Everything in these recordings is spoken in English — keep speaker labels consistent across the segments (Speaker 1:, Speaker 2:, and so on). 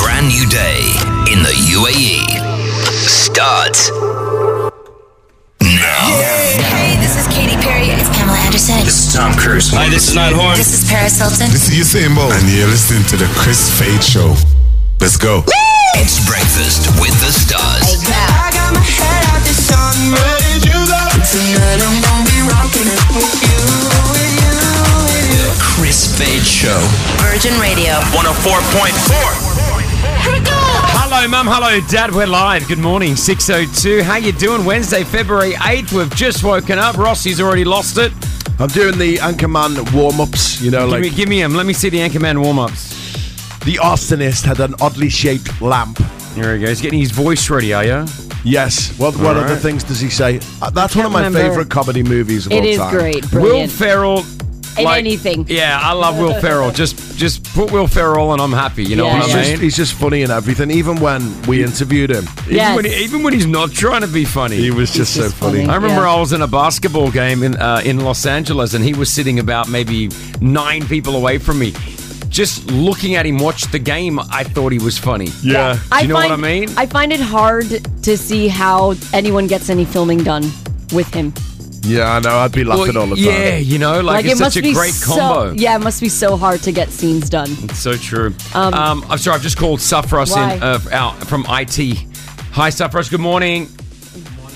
Speaker 1: brand new day in the
Speaker 2: E.
Speaker 1: UAE starts now.
Speaker 3: Hey, this is Katy Perry. It's Pamela Anderson.
Speaker 1: This is Tom Cruise.
Speaker 4: Hi, this is Nat Horn.
Speaker 3: This is Paris Hilton.
Speaker 5: This is Usain Bolt, and you're listening to the Chris Fade Show. Let's go.
Speaker 1: It's breakfast with the stars.
Speaker 3: Yeah.
Speaker 1: The Chris Fade Show.
Speaker 3: Virgin Radio.
Speaker 1: 104.4.
Speaker 4: Hello, mum. Hello, dad. We're live. Good morning, 6.02. How you doing? Wednesday, February 8th. We've just woken up. Rossi's already lost it.
Speaker 6: I'm doing the Anchorman warm ups, you know,
Speaker 4: Give
Speaker 6: like
Speaker 4: me, give me him. Let me see the Anchorman warm-ups.
Speaker 6: the arsonist had an oddly shaped lamp.
Speaker 4: There he goes. Getting his voice ready, are you?
Speaker 6: Yes. What, what
Speaker 4: right.
Speaker 6: other things does he say? Uh, That's one of my
Speaker 7: remember.
Speaker 6: favourite comedy movies of all
Speaker 7: It is
Speaker 6: time.
Speaker 7: great.
Speaker 4: Will
Speaker 7: Brilliant.
Speaker 4: Ferrell.
Speaker 7: In anything.
Speaker 4: Yeah, I love Will Ferrell. Just just put Will Ferrell and I'm happy. You know
Speaker 7: Yeah,
Speaker 4: what
Speaker 6: He's
Speaker 4: I
Speaker 7: yeah.
Speaker 4: mean?
Speaker 6: just, he's just funny in everything. Even when we interviewed him,
Speaker 7: Yes.
Speaker 4: even, when, even when he's not trying to be funny.
Speaker 6: he was just so
Speaker 7: just
Speaker 6: funny.
Speaker 4: I
Speaker 7: funny.
Speaker 4: remember
Speaker 7: Yeah.
Speaker 4: I was in a basketball game in uh, in Los Angeles, and he was sitting about maybe nine people away from me. Just looking at him watch the game, I thought he was funny.
Speaker 6: Yeah.
Speaker 4: you know
Speaker 7: find,
Speaker 4: what I mean?
Speaker 7: I find it hard to see how anyone gets any filming done with him.
Speaker 6: Yeah, I know. I'd be laughing all the time.
Speaker 4: yeah, you know, like, it's
Speaker 7: it
Speaker 4: such
Speaker 7: must
Speaker 4: a
Speaker 7: be
Speaker 4: great
Speaker 7: so,
Speaker 4: combo.
Speaker 7: Yeah, it must be so hard to get scenes done.
Speaker 4: So true. Um, I'm sorry, I've just called Safras
Speaker 7: Why?
Speaker 4: in uh, out from IT. Hi, Safras. Good morning.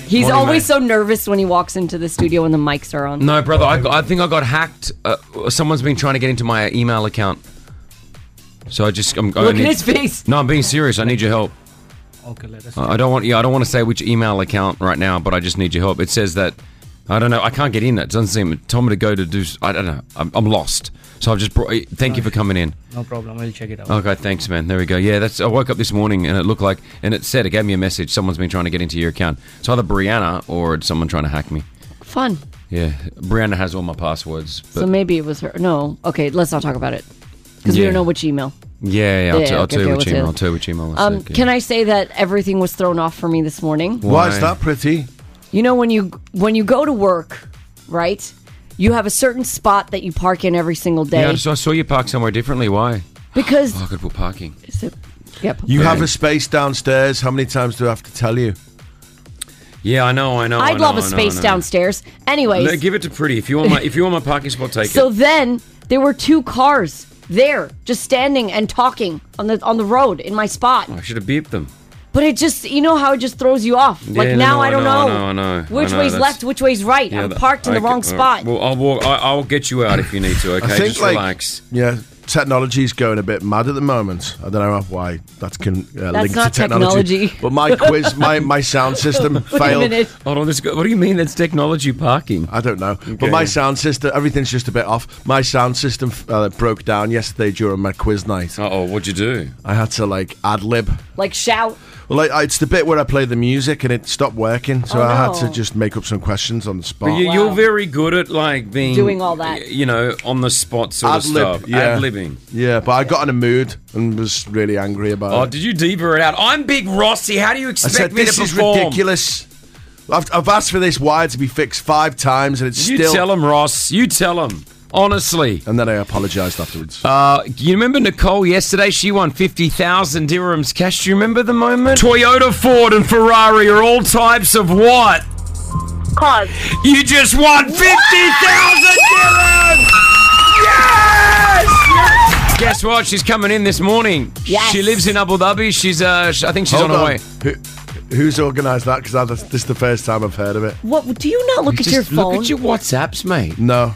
Speaker 7: He's
Speaker 4: Morning,
Speaker 7: always
Speaker 4: mate.
Speaker 7: so nervous when he walks into the studio when the mics are on.
Speaker 4: No, brother, I, got, I think I got hacked. Uh, someone's been trying to get into my email account. So I just I'm, I
Speaker 7: Look
Speaker 4: need-
Speaker 7: at his face.
Speaker 4: No, I'm being serious. I need your help. Okay, let us. I don't want. Yeah, I don't want to say which email account right now, but I just need your help. It says that I don't know. I can't get in. It doesn't seem. It told me to go to do. s- I don't know. I'm, I'm lost. So I've just brought. eh, Thank you for coming in.
Speaker 8: No problem. I'll check it out.
Speaker 4: Okay, thanks, man. There we go. Yeah, that's. I woke up this morning and it looked like, and it said it gave me a message. Someone's been trying to get into your account. It's either Brianna or it's someone trying to hack me.
Speaker 7: Fun.
Speaker 4: Yeah, Brianna has all my passwords. But
Speaker 7: so maybe it was her. No. Okay, let's not talk about it. Because
Speaker 4: Yeah.
Speaker 7: we don't know which email.
Speaker 4: yeah, yeah, I'll,
Speaker 7: Yeah,
Speaker 4: t- I'll
Speaker 7: okay,
Speaker 4: tell you
Speaker 7: okay,
Speaker 4: which
Speaker 7: what's
Speaker 4: email.
Speaker 7: it?
Speaker 4: I'll tell you which email. I
Speaker 7: Um,
Speaker 4: sent, yeah.
Speaker 7: Can I say that everything was thrown off for me this morning?
Speaker 6: Why
Speaker 4: Why?
Speaker 6: is that pretty?
Speaker 7: You know when you when you go to work, right? You have a certain spot that you park in every single day
Speaker 4: Yeah, I, just, I saw you park somewhere differently. Why?
Speaker 7: because
Speaker 4: Oh, good for parking.
Speaker 7: Is it- yep.
Speaker 6: You
Speaker 4: Yeah.
Speaker 6: have a space downstairs. How many times do I have to tell you?
Speaker 4: Yeah, I know, I know. I
Speaker 7: I'd
Speaker 4: know,
Speaker 7: love a
Speaker 4: I know, I
Speaker 7: space
Speaker 4: know.
Speaker 7: downstairs.
Speaker 4: No,
Speaker 7: Anyways,
Speaker 4: give it to Pretty. If you want my, if you want my parking spot, take
Speaker 7: so
Speaker 4: it.
Speaker 7: then there were two cars there, just standing and talking on the on the road in my spot.
Speaker 4: I should have beeped them.
Speaker 7: But it just you know how it just throws you off. like
Speaker 4: Yeah,
Speaker 7: now
Speaker 4: no,
Speaker 7: I don't
Speaker 4: I
Speaker 7: know,
Speaker 4: know, I know, I know.
Speaker 7: which
Speaker 4: I know,
Speaker 7: way's
Speaker 4: that's-
Speaker 7: left, which way's right.
Speaker 4: Yeah,
Speaker 7: I'm
Speaker 4: that-
Speaker 7: parked in
Speaker 4: I
Speaker 7: the wrong
Speaker 4: could- all
Speaker 7: spot.
Speaker 4: right. Well, I'll walk. I, I'll get you out if you need to. Okay,
Speaker 6: I think
Speaker 4: just
Speaker 6: like
Speaker 4: relax.
Speaker 6: yeah, technology's going a bit mad at the moment. I don't know why that's can uh, linked
Speaker 7: not
Speaker 6: to technology.
Speaker 7: technology.
Speaker 6: But my quiz, my my sound system
Speaker 7: Wait a
Speaker 6: failed.
Speaker 7: minute.
Speaker 4: Hold on, this. What do you mean? That's technology parking.
Speaker 6: I don't know, but my sound system, everything's just a bit off. My sound system uh, broke down yesterday during my quiz night.
Speaker 4: Uh oh, what'd you do?
Speaker 6: I had to like ad lib.
Speaker 7: Like shout.
Speaker 6: Well, like, I, it's the bit where I play the music and it stopped working, so
Speaker 7: Oh,
Speaker 6: I had
Speaker 7: no.
Speaker 6: to just make up some questions on the spot.
Speaker 4: But you, You're very good at like being
Speaker 7: Doing all that.
Speaker 4: y- You know, on the spot sort
Speaker 6: Ad
Speaker 4: of
Speaker 6: lib,
Speaker 4: stuff.
Speaker 6: yeah.
Speaker 4: Ad libbing.
Speaker 6: yeah, but I got in a mood and was really angry about
Speaker 4: Oh,
Speaker 6: it.
Speaker 4: did you deeper it out? I'm Big Rossi. How do you
Speaker 6: I
Speaker 4: expect
Speaker 6: said,
Speaker 4: me
Speaker 6: this
Speaker 4: to
Speaker 6: is
Speaker 4: perform?
Speaker 6: ridiculous. I've, I've asked for this wire to be fixed five times and it's
Speaker 4: You
Speaker 6: still.
Speaker 4: tell him, Ross. You tell him. Honestly.
Speaker 6: and then I apologised afterwards.
Speaker 4: Uh, you remember Nicole yesterday? She won 50,000 dirhams cash. Do you remember the moment? Toyota, Ford, and Ferrari are all types of what?
Speaker 9: Cause
Speaker 4: You just won 50,000 dirhams! Yes! Guess what? She's coming in this morning.
Speaker 7: Yes.
Speaker 4: She lives in Abu Dhabi. She's, uh, sh- I think she's
Speaker 6: Hold
Speaker 4: on her
Speaker 6: on.
Speaker 4: way.
Speaker 6: Who, who's organised that? Because this is the first time I've heard of it.
Speaker 7: What do you not look at
Speaker 4: Just
Speaker 7: your phone?
Speaker 4: Look at your WhatsApps, mate.
Speaker 6: No.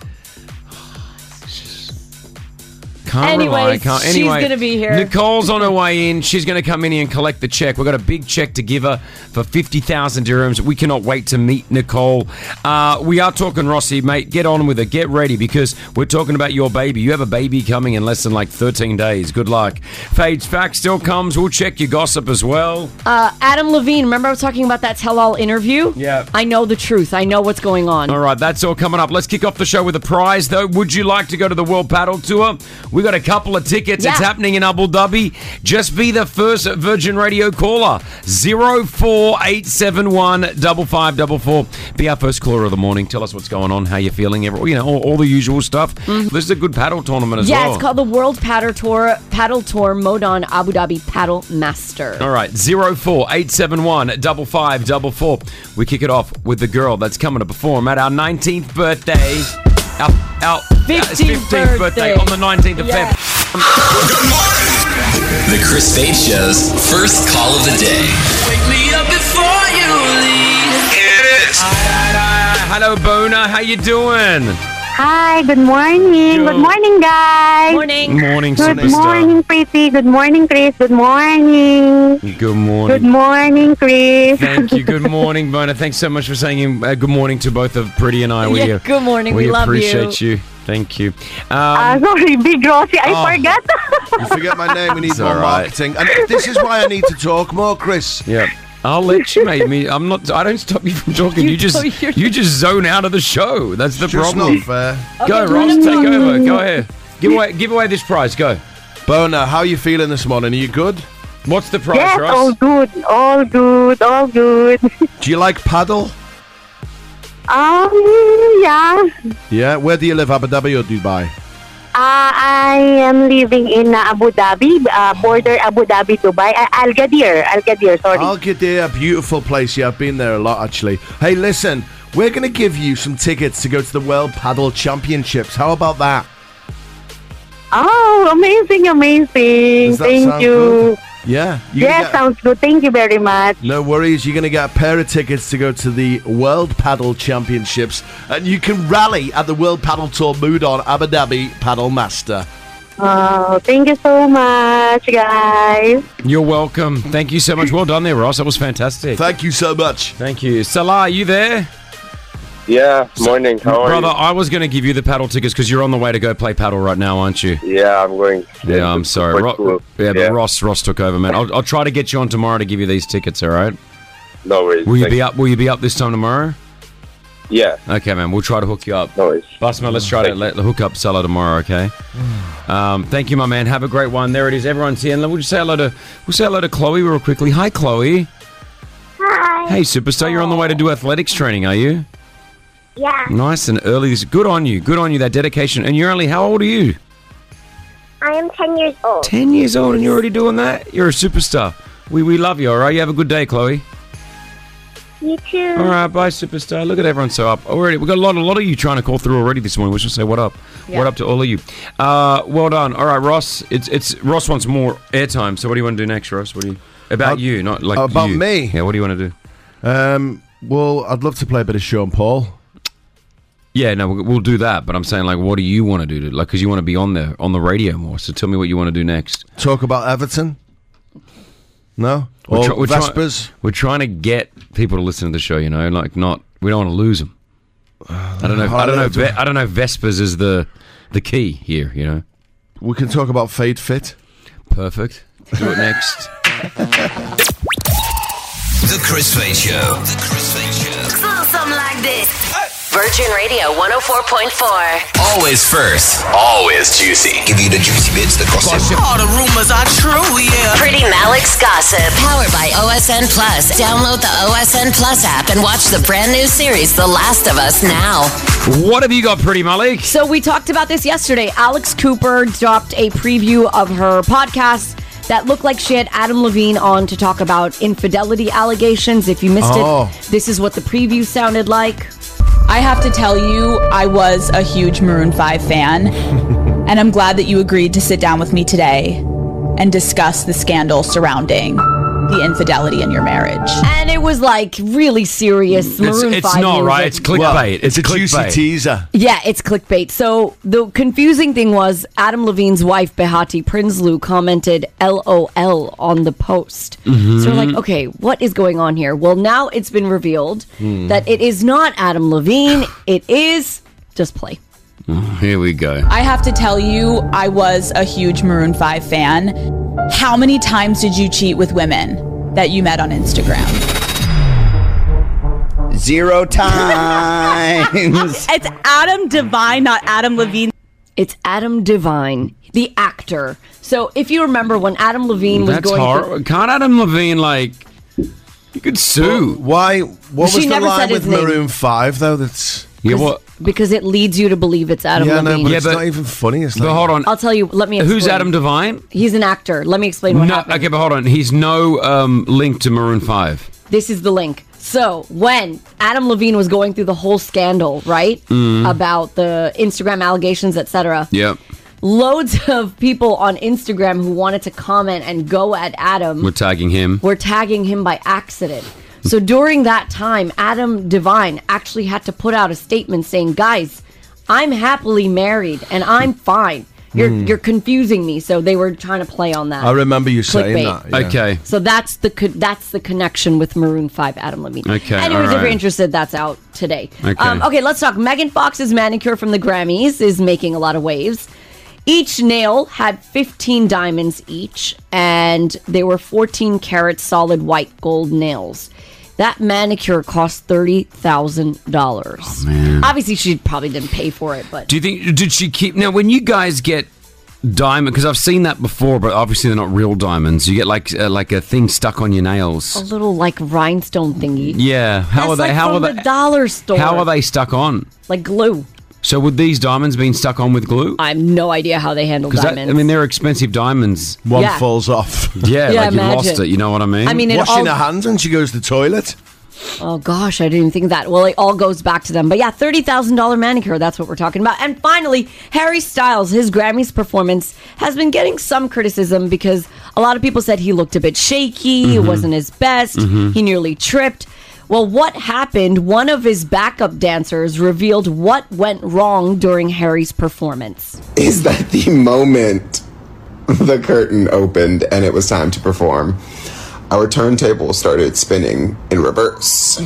Speaker 4: Can't rely.
Speaker 7: Anyways,
Speaker 4: Can't.
Speaker 7: she's
Speaker 4: Anyway,
Speaker 7: gonna be here.
Speaker 4: Nicole's on her way in. She's going to come in here and collect the check. We've got a big check to give her for 50,000 dirhams. We cannot wait to meet Nicole. Uh, we are talking, Rossi, mate. Get on with it. Get ready because we're talking about your baby. You have a baby coming in less than like 13 days. Good luck. Fade's fact still comes. We'll check your gossip as well.
Speaker 7: Uh, Adam Levine, remember I was talking about that tell all interview?
Speaker 4: Yeah.
Speaker 7: I know the truth. I know what's going on.
Speaker 4: All right, that's all coming up. Let's kick off the show with a prize, though. Would you like to go to the World Paddle Tour? We We got a couple of tickets. It's
Speaker 7: Yeah.
Speaker 4: happening in Abu Dhabi. Just be the first Virgin Radio caller. 04871 5544. Be our first caller of the morning. Tell us what's going on, how you're feeling, every, you know, all, all the usual stuff. This is a good paddle tournament as
Speaker 7: Mm-hmm. yeah,
Speaker 4: well.
Speaker 7: it's called the World Paddle Tour Paddle Tour Modon Abu Dhabi Paddle Master.
Speaker 4: All right, zero four eight seven one double five double four. We kick it off with the girl that's coming to perform at our nineteenth birthday. Our, our
Speaker 7: 15th
Speaker 4: birthday.
Speaker 7: birthday.
Speaker 4: on the nineteenth of
Speaker 7: Yeah.
Speaker 4: Feb.
Speaker 2: The Chris Fade Show's first call of the day.
Speaker 4: Uh, hello, Bona. How you doing?
Speaker 1: Hi, good morning.
Speaker 4: Yo.
Speaker 1: Good morning, guys.
Speaker 7: Morning.
Speaker 4: Morning,
Speaker 1: Good morning, pretty. Good morning, Chris. Good morning.
Speaker 4: Good morning.
Speaker 1: Good morning, Chris.
Speaker 4: Thank you. Good morning, Bona. Thanks so much for saying uh, good morning to both of Pretty and I. We,
Speaker 7: Yeah,
Speaker 4: uh,
Speaker 7: good morning. We love
Speaker 4: appreciate you. Thank you. Um,
Speaker 1: Uh, sorry, Big Rosie, I
Speaker 6: Ah.
Speaker 4: Oh.
Speaker 1: forgot.
Speaker 6: You forget my name. We need
Speaker 4: It's
Speaker 6: more
Speaker 4: all right.
Speaker 6: marketing. And this is why I need to talk more, Chris.
Speaker 4: Yeah. I'll let you make me. I'm not. I don't stop you from talking. You,
Speaker 7: You
Speaker 4: just
Speaker 7: know you're-
Speaker 4: you just zone out of the show. That's the
Speaker 6: Just
Speaker 4: problem.
Speaker 6: not fair.
Speaker 4: Go,
Speaker 7: Okay,
Speaker 4: Ross.
Speaker 7: let him
Speaker 4: Take
Speaker 7: go.
Speaker 4: over. Go ahead. Give away give away this prize. Go.
Speaker 6: Bona, how are you feeling this morning? Are you good?
Speaker 4: What's the prize,
Speaker 1: yes, all
Speaker 4: Ross?
Speaker 1: good. All good. All good.
Speaker 6: Do you like paddle?
Speaker 1: Um, yeah.
Speaker 6: Yeah. Where do you live, Abu Dhabi or Dubai?
Speaker 1: Uh, I am living in uh, Abu Dhabi, uh, border Abu Dhabi, Dubai. Uh, Al Gadir. Al Gadir, sorry.
Speaker 6: Al Qadir, beautiful place. Yeah, I've been there a lot actually. Hey, listen, we're going to give you some tickets to go to the World Paddle Championships. How about that?
Speaker 1: oh, amazing, amazing.
Speaker 6: Does that
Speaker 1: Thank
Speaker 6: sound
Speaker 1: you.
Speaker 6: good? Yeah. you
Speaker 1: Yes,
Speaker 6: get-
Speaker 1: sounds good. Thank you very much.
Speaker 6: No worries, you're going to get a pair of tickets to go to the World Paddle Championships, and you can rally at the World Paddle Tour Moudon Abu Dhabi Paddle Master.
Speaker 1: Oh, thank you so much, guys.
Speaker 4: You're welcome. Thank you so much. Well done there, Ross. That was fantastic.
Speaker 6: Thank you so much.
Speaker 4: Thank you. Salah, you there?
Speaker 10: Yeah, morning. How are
Speaker 4: Brother, I was going to give you the paddle tickets because you're on the way to go play paddle right now, aren't you?
Speaker 10: you? Yeah, I'm going.
Speaker 4: Yeah, I'm sorry.
Speaker 10: Quite
Speaker 4: Ro-
Speaker 10: cool.
Speaker 4: yeah, but Ross Ross took over, man. I'll, I'll try to get you on tomorrow to give you these tickets. All right?
Speaker 10: No worries.
Speaker 4: Will you
Speaker 10: Thank-
Speaker 4: be up? Will you be up this time tomorrow?
Speaker 10: Yeah,
Speaker 4: Okay, man. We'll try to hook you up.
Speaker 10: no worries.
Speaker 4: Busman, let's try to let, hook up Salah tomorrow, okay? Um, thank you, my man. Have a great one. There it is. Everyone's here. And we'll just say hello to we'll say hello to Chloe real quickly. Hi, Chloe.
Speaker 8: Hi.
Speaker 4: Hey, superstar. You're on the way to do athletics training, are you?
Speaker 8: Yeah,
Speaker 4: Nice and early. This- Good on you. Good on you. That dedication. And you're only how old are you?
Speaker 8: I am 10 years old.
Speaker 4: Ten years old, and you're already doing that. You're a superstar. We we love you. All right. You have a good day, Chloe.
Speaker 8: You too.
Speaker 4: All right. Bye, superstar. Look at everyone so up already. We got a lot a lot of you trying to call through already this morning. We should say what up. What up to all of you. Uh, well done. All right, Ross. It's it's Ross wants more airtime. So what do you want to do next, Ross? What do you about
Speaker 6: Uh,
Speaker 4: you? Not like
Speaker 6: about
Speaker 4: you.
Speaker 6: me?
Speaker 4: Yeah. What do you want to do?
Speaker 6: Um, well, I'd love to play a bit of Sean Paul.
Speaker 4: Yeah, no, we'll, we'll do that. But I'm saying, like, what do you want to do? To, like, because you want to be on the on the radio more. So tell me what you want to do next.
Speaker 6: Talk about Everton. No,
Speaker 4: We're
Speaker 6: or
Speaker 4: try- we're try-
Speaker 6: Vespers.
Speaker 4: We're trying to get people to listen to the show. You know, like, not we don't want to lose them.
Speaker 6: Uh,
Speaker 4: I don't know. I don't know. Ve- I don't know. if Vespers is the the key here. You know,
Speaker 6: we can talk about Fade Fit.
Speaker 4: perfect. Do it next.
Speaker 2: The Chris Fade Show. The Chris Fade Show.
Speaker 3: Something like this. Virgin Radio 104.4.
Speaker 2: Always first. Always juicy. Give you the juicy bits, the gossip.
Speaker 11: All the rumors are true, yeah.
Speaker 3: Pretty Malik's Gossip. Powered by OSN Plus. Download the OSN Plus app and watch the brand new series, The Last of Us, now.
Speaker 4: What have you got, Pretty Malik?
Speaker 7: So we talked about this yesterday. Alex Cooper dropped a preview of her podcast that looked like she had Adam Levine on to talk about infidelity allegations. If you missed
Speaker 6: Oh.
Speaker 7: it, this is what the preview sounded like.
Speaker 12: I have to tell you, I was a huge Maroon 5 fan, and I'm glad that you agreed to sit down with me today and discuss the scandal surrounding the infidelity in your marriage.
Speaker 7: And it was like really serious.
Speaker 4: It's,
Speaker 7: Maroon
Speaker 4: it's
Speaker 7: 5
Speaker 4: not
Speaker 7: music.
Speaker 4: right. It's clickbait. it's
Speaker 6: a juicy
Speaker 4: clickbait.
Speaker 6: teaser.
Speaker 7: Yeah, it's clickbait. So the confusing thing was Adam Levine's wife, Behati Prinsloo, commented LOL on the post. So we're
Speaker 4: Mm-hmm.
Speaker 7: like, okay, what is going on here? Well, now it's been revealed
Speaker 4: Hmm.
Speaker 7: that it is not Adam Levine. It is just play.
Speaker 4: Here we go.
Speaker 12: I have to tell you, I was a huge Maroon 5 fan. How many times did you cheat with women that you met on Instagram?
Speaker 11: Zero times.
Speaker 12: It's Adam Devine, not Adam Levine.
Speaker 7: It's Adam Devine. the actor. So if you remember when Adam Levine was
Speaker 4: That's
Speaker 7: going,
Speaker 4: horrible. Can't Adam Levine like? You could sue.
Speaker 6: why? What
Speaker 7: She
Speaker 6: was the
Speaker 7: never said
Speaker 6: line
Speaker 7: his
Speaker 6: with
Speaker 7: name.
Speaker 6: Maroon Five though? That's
Speaker 4: yeah. What?
Speaker 7: because it leads you to believe it's Adam
Speaker 6: yeah, no,
Speaker 7: Levine.
Speaker 6: but it's not even funny. It's
Speaker 4: But
Speaker 6: like,
Speaker 4: hold on.
Speaker 7: I'll tell you. Let me.
Speaker 4: Who's
Speaker 7: explain.
Speaker 4: Adam Devine?
Speaker 7: He's an actor. Let me explain what
Speaker 4: No.
Speaker 7: happened.
Speaker 4: Okay, but hold on. He's no um, link to Maroon Five.
Speaker 7: This is the link. So when Adam Levine was going through the whole scandal, right,
Speaker 6: Mm.
Speaker 4: Mhm.
Speaker 7: about the Instagram allegations, etc.,
Speaker 4: Yep.
Speaker 7: loads of people on Instagram who wanted to comment and go at Adam
Speaker 4: We're tagging him.
Speaker 7: were tagging him by accident. So during that time, Adam Devine actually had to put out a statement saying, "Guys, I'm happily married and I'm fine. You're
Speaker 6: Mm.
Speaker 7: you're confusing me." So they were trying to play on that.
Speaker 6: I remember you saying
Speaker 7: Clickbait.
Speaker 6: that. yeah.
Speaker 4: Okay.
Speaker 7: So that's the co- that's the connection with Maroon Five, Adam Levine.
Speaker 4: Okay,
Speaker 7: Anyways,
Speaker 4: all
Speaker 7: if you're
Speaker 4: right.
Speaker 7: interested, that's out today.
Speaker 4: Okay.
Speaker 7: Um, okay. Let's talk. Megan Fox's manicure from the Grammys is making a lot of waves. Each nail had 15 diamonds each, and they were 14 karat solid white gold nails. That manicure cost thirty thousand dollars.
Speaker 4: Oh, man.
Speaker 7: Obviously, she probably didn't pay for it, but
Speaker 4: Do you think did she keep now when you guys get diamond because I've seen that before but obviously they're not real diamonds you get like uh, like a thing stuck on your nails
Speaker 7: a little like rhinestone thingy.
Speaker 4: yeah how
Speaker 7: Oh. That's
Speaker 4: are they
Speaker 7: like
Speaker 4: how are
Speaker 7: from
Speaker 4: they
Speaker 7: the dollar store?
Speaker 4: how are they stuck on
Speaker 7: Like glue.
Speaker 4: so would these diamonds been stuck on with glue
Speaker 7: I have no idea how they handle
Speaker 4: because I
Speaker 7: diamonds.
Speaker 4: mean they're expensive diamonds
Speaker 7: One Yeah.
Speaker 6: falls off
Speaker 4: yeah,
Speaker 7: Yeah,
Speaker 4: like you lost
Speaker 7: imagine.
Speaker 4: it you know what I mean
Speaker 7: I mean, it
Speaker 6: washing
Speaker 7: all-
Speaker 6: her hands and she goes to the toilet.
Speaker 7: Oh gosh, I didn't even think of that. Well, it all goes back to them. But yeah, thirty thousand dollar manicure. That's what we're talking about. And finally, Harry Styles, his Grammys performance has been getting some criticism because a lot of people said he looked a bit shaky. It
Speaker 4: Mm-hmm.
Speaker 13: Mhm.
Speaker 7: wasn't his best.
Speaker 13: Mhm.
Speaker 7: He nearly tripped. Well, what happened? One of his backup dancers revealed what went wrong during Harry's performance.
Speaker 5: is that the moment the curtain opened and it was time to perform, our turntable started spinning in reverse,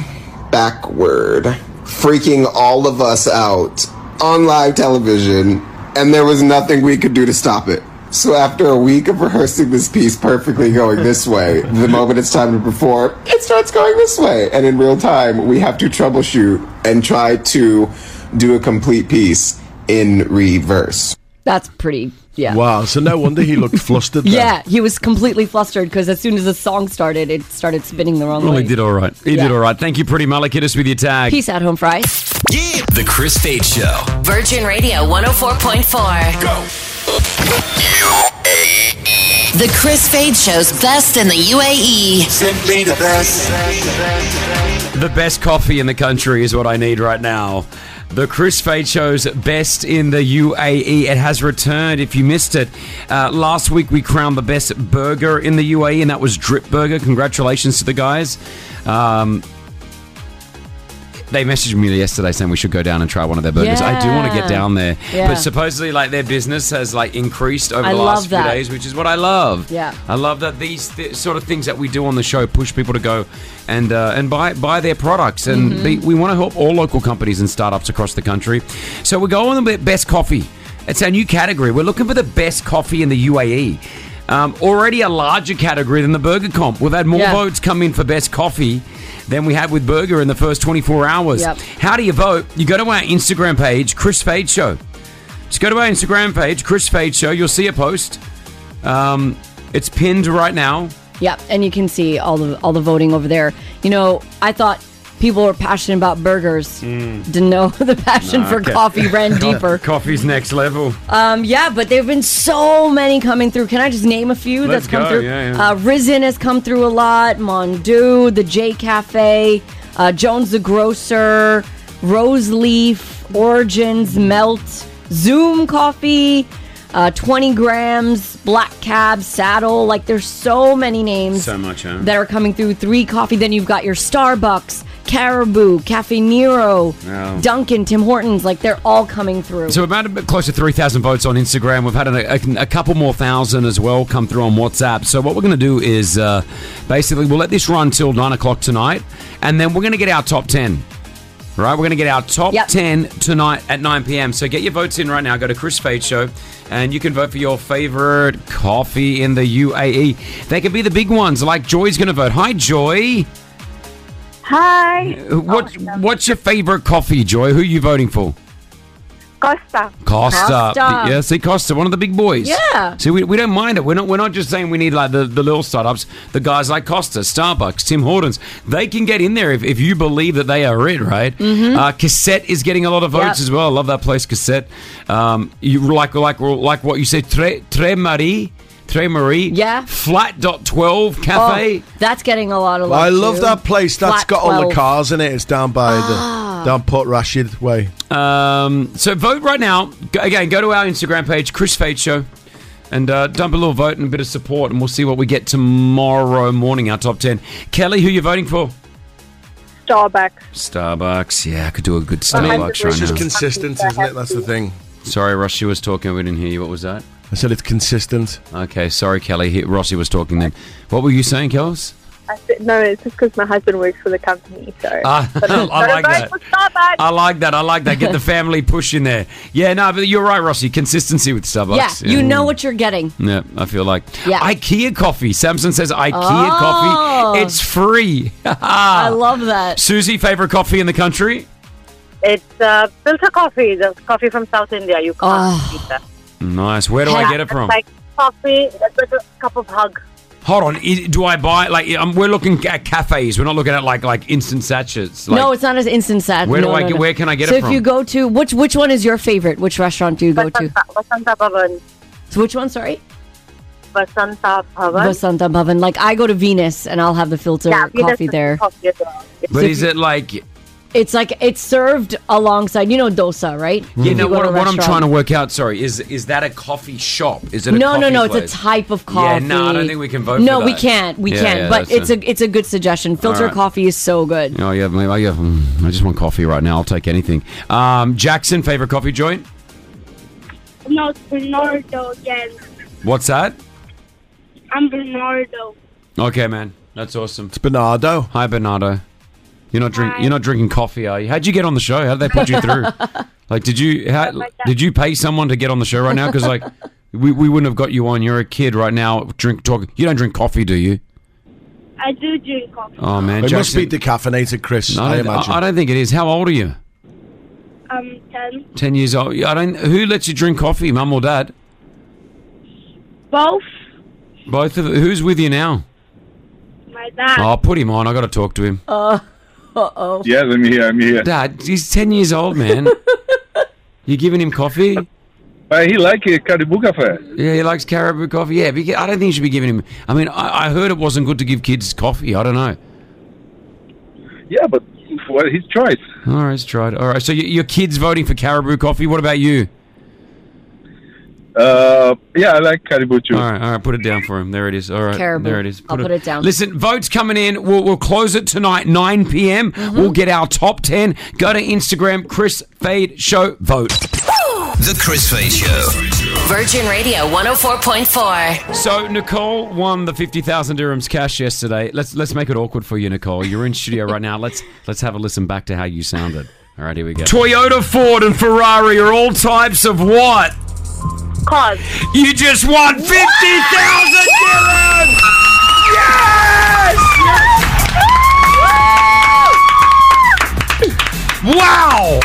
Speaker 5: backward, freaking all of us out on live television, and there was nothing we could do to stop it. So after a week of rehearsing this piece perfectly going this way, the moment it's time to perform, it starts going this way. And in real time, we have to troubleshoot and try to do a complete piece in reverse.
Speaker 7: That's pretty. Yeah.
Speaker 6: Wow. So no wonder he looked flustered. then.
Speaker 7: Yeah, he was completely flustered because as soon as the song started, it started spinning the wrong
Speaker 4: well
Speaker 7: way.
Speaker 4: he did all right he
Speaker 7: Yeah.
Speaker 4: did all right thank you pretty Malik hit us with your tag
Speaker 7: Peace out, home fries.
Speaker 2: Yeah. The Chris Fade Show.
Speaker 3: Virgin Radio 104.4. Go. The Chris Fade Show's best in the E. UAE. Simply the best.
Speaker 4: The best coffee in the country is what I need right now. The Chris Fade Show's best in the UAE. It has returned. If you missed it, uh, last week we crowned the best burger in the UAE, and that was Drip Burger. Congratulations to the guys. Um, they messaged me yesterday saying we should go down and try one of their burgers. I do want to get
Speaker 14: Yeah.
Speaker 4: down there,
Speaker 14: Yeah.
Speaker 4: but supposedly like their business has like increased over
Speaker 14: I
Speaker 4: the
Speaker 14: love
Speaker 4: last few
Speaker 14: that.
Speaker 4: days, which is what I love.
Speaker 14: Yeah.
Speaker 4: I love that these th- sort of things that we do on the show push people to go and uh, and buy buy their products, and
Speaker 14: Mhm.
Speaker 4: be, we want to help all local companies and startups across the country. So we're going with the best coffee. It's our new category. We're looking for the best coffee in the UAE. Um, already a larger category than the burger comp. We've had more
Speaker 14: Yeah.
Speaker 4: votes come in for best coffee than we had with burger in the first 24 hours.
Speaker 14: Yep.
Speaker 4: How do you vote? You go to our Instagram page, Chris Fade Show. Just go to our Instagram page, Chris Fade Show. You'll see a post. Um, it's pinned right now.
Speaker 7: Yep, and you can see all the all the voting over there. You know, I thought people were passionate about burgers. Didn't know the passion
Speaker 4: Mm. Nah,
Speaker 7: for
Speaker 4: okay.
Speaker 7: coffee ran
Speaker 4: Co-
Speaker 7: deeper.
Speaker 4: Coffee's next level.
Speaker 7: Um, yeah, but there have been so many coming through. Can I just name a few
Speaker 4: Let's
Speaker 7: that's come
Speaker 4: go,
Speaker 7: through?
Speaker 4: yeah, yeah.
Speaker 7: Uh, Risen has come through a lot. Mondu, the J Cafe, uh, Jones the Grocer, Rose Leaf, Origins, Melt, Zoom Coffee, uh, 20 Grams, Black Cab, Saddle. Like, there's so many names
Speaker 4: So much, huh?
Speaker 7: that are coming through. Three Coffee. Then you've got your Starbucks, Caribou, Cafe Nero,
Speaker 4: Yeah.
Speaker 7: Duncan, Tim Hortons. Like, they're all coming through.
Speaker 4: Oh. So about a bit close to 3,000 votes on Instagram. We've had a, a, a couple more thousand as well come through on WhatsApp. So what we're going to do is uh, basically we'll let this run till 9 o'clock tonight. And then we're going to get our top 10. Right? We're going to get our top 10 tonight at 9 p.m. So get your votes in right now. Go to Chris Fade Show and you can vote for your favorite coffee in the UAE. They could be the big ones like Joy's going to vote. Hi, Joy.
Speaker 15: Hi.
Speaker 4: What, what's your favorite coffee, Joy? Who are you voting for?
Speaker 1: Costa.
Speaker 4: Costa.
Speaker 1: Costa.
Speaker 4: Yeah, see Costa, one of the big boys.
Speaker 1: Yeah.
Speaker 4: See, we, we don't mind it. We're not we're not just saying we need like the, the little startups. The guys like Costa, Starbucks, Tim Hortons, they can get in there if, if you believe that they are it, right?
Speaker 13: Mhm.
Speaker 4: Uh, Cassette is getting a lot of votes
Speaker 13: Yep.
Speaker 4: as well. I love that place, Cassette. Um, you like like like what you said, Tre Tre Marie. Tre Marie. Yeah. Flat dot twelve cafe.
Speaker 7: Oh, that's getting a lot of love.
Speaker 6: I love
Speaker 7: too.
Speaker 6: that place. That's
Speaker 7: Flat
Speaker 6: got all
Speaker 7: 12.
Speaker 6: the cars in it. It's down by
Speaker 7: Ah.
Speaker 6: the down Port Rashid way.
Speaker 4: Um, so vote right now. Go, again, go to our Instagram page, Chris Fade Show, and uh, dump a little vote and a bit of support, and we'll see what we get tomorrow morning. Our top ten. Kelly, who you voting for?
Speaker 14: Starbucks.
Speaker 4: Starbucks. Yeah, I could do a good
Speaker 6: I mean,
Speaker 4: Starbucks
Speaker 6: it's
Speaker 4: right
Speaker 6: just
Speaker 4: now.
Speaker 6: consistent, isn't it? That's the thing.
Speaker 4: Sorry, Rossi was talking. We didn't hear you. What was that?
Speaker 6: I said it's consistent.
Speaker 4: Okay, sorry, Kelly. He, Rossi was talking then. What were you saying, Kells?
Speaker 14: I said, no, it's just because my husband works for the company, so.
Speaker 4: Ah,
Speaker 14: But
Speaker 4: I
Speaker 14: it's
Speaker 4: like
Speaker 14: Starbucks
Speaker 4: that.
Speaker 14: for Starbucks.
Speaker 4: I like that. I like that. Get the family push in there. Yeah, no, but you're right, Rossi. Consistency with Starbucks. Mm.
Speaker 7: yeah, you know what you're getting.
Speaker 4: Yeah, I feel like
Speaker 7: Yeah.
Speaker 4: IKEA coffee. Samson says IKEA
Speaker 7: Oh.
Speaker 4: coffee. It's free.
Speaker 14: I
Speaker 4: Oh.
Speaker 14: love that.
Speaker 4: Susie, favorite coffee in the country?
Speaker 14: It's uh, filter coffee, the coffee from South India. You can't beat that.
Speaker 4: Nice. Where do I
Speaker 14: Yeah,
Speaker 4: get it
Speaker 14: it's
Speaker 4: from?
Speaker 14: Like coffee, it's like a cup of hug.
Speaker 4: Hold on. i- Do I buy like um, we're looking at cafes? We're not looking at like like instant sachets. Like,
Speaker 7: no, it's not as instant sad.
Speaker 4: Where do
Speaker 7: No,
Speaker 4: I
Speaker 7: no,
Speaker 4: get-
Speaker 7: no.
Speaker 4: where can I get
Speaker 7: so
Speaker 4: it
Speaker 7: So
Speaker 4: from?
Speaker 7: if you go to which which one is your favorite? Which restaurant do you go to?
Speaker 14: Vasanta Bhavan.
Speaker 7: So which one? Sorry.
Speaker 14: Vasanta Bhavan.
Speaker 7: Vasanta Bhavan. Like I go to Venus and I'll have the filter
Speaker 14: Yeah, Venus
Speaker 7: coffee
Speaker 14: is
Speaker 7: there.
Speaker 14: coffee as well.
Speaker 4: but is it like
Speaker 7: It's like it's served alongside, you know, dosa, right?
Speaker 4: you
Speaker 7: If go
Speaker 4: know
Speaker 7: to
Speaker 4: what,
Speaker 7: a
Speaker 4: what I'm
Speaker 7: restaurant.
Speaker 4: trying to work out? Sorry, is is that a coffee shop? Is it a
Speaker 7: no, no,
Speaker 4: coffee
Speaker 7: no.
Speaker 4: place?
Speaker 7: It's a type of
Speaker 4: Yeah,
Speaker 7: coffee.
Speaker 4: no, I don't think we can vote.
Speaker 7: No,
Speaker 4: for
Speaker 7: we
Speaker 4: that.
Speaker 7: can't. We
Speaker 4: Yeah,
Speaker 7: can't.
Speaker 4: yeah,
Speaker 7: but it's
Speaker 4: that's
Speaker 7: a, it's a good suggestion. Filter
Speaker 4: right.
Speaker 7: coffee is so good.
Speaker 4: Oh yeah, maybe, oh, yeah. mm, I just want coffee right now. I'll take anything. Um, Jackson, favorite coffee joint?
Speaker 1: No, it's Bernardo again.
Speaker 4: What's that?
Speaker 1: I'm Bernardo.
Speaker 4: Okay, man, that's awesome. It's Bernardo. Hi, Bernardo. You're not drink. You're not drinking coffee, are you? How'd you get on the show? How did they put you through? like, did you how, did you pay someone to get on the show right now? Because like, we, we wouldn't have got you on. You're a kid right now. Drink talk. You don't drink coffee, do you?
Speaker 1: I do drink coffee.
Speaker 4: Oh man,
Speaker 6: It must
Speaker 4: Jackson-
Speaker 6: be decaffeinated, Chris.
Speaker 4: No,
Speaker 6: I,
Speaker 4: I, don't,
Speaker 6: imagine.
Speaker 4: I, I don't think it is. How old are you?
Speaker 1: I'm 10.
Speaker 4: Ten years old. I don't. Who lets you drink coffee, mum or dad?
Speaker 1: Both
Speaker 4: Both of. Who's with you now?
Speaker 1: my dad.
Speaker 4: Oh, put him on. I got to talk to him.
Speaker 1: Uh, uh-oh.
Speaker 4: Yeah, I'm here. I'm here. Dad, he's ten years old, man. you giving him coffee?
Speaker 15: But Uh, he like it, Caribou Cafe.
Speaker 4: Yeah, he likes caribou coffee. Yeah, but I don't think you should be giving him. I mean, I, I heard it wasn't good to give kids coffee. I don't know.
Speaker 15: Yeah, but well, his choice.
Speaker 4: All right, it's tried. All right, so y- your kids voting for caribou coffee. What about you?
Speaker 15: Uh, yeah, I like Caribou too.
Speaker 4: All right, all right, put it down for him. There it is. All right,
Speaker 7: Caribou.
Speaker 4: there it is.
Speaker 7: I'll put it down.
Speaker 4: Listen, votes coming in. We'll, we'll close it tonight, 9 p.m.
Speaker 7: Mm-hmm.
Speaker 4: We'll get our top 10. Go to Instagram, Chris Fade Show Vote.
Speaker 2: The Chris Fade Show.
Speaker 3: Virgin Radio 104.4.
Speaker 4: So Nicole won the fifty thousand dirhams cash yesterday. Let's let's make it awkward for you, Nicole. You're in studio right now. Let's let's have a listen back to how you sounded. All right, here we go. Toyota, Ford, and Ferrari are all types of what?
Speaker 14: Cause.
Speaker 4: You just won fifty thousand dirhams. Yes! Wow!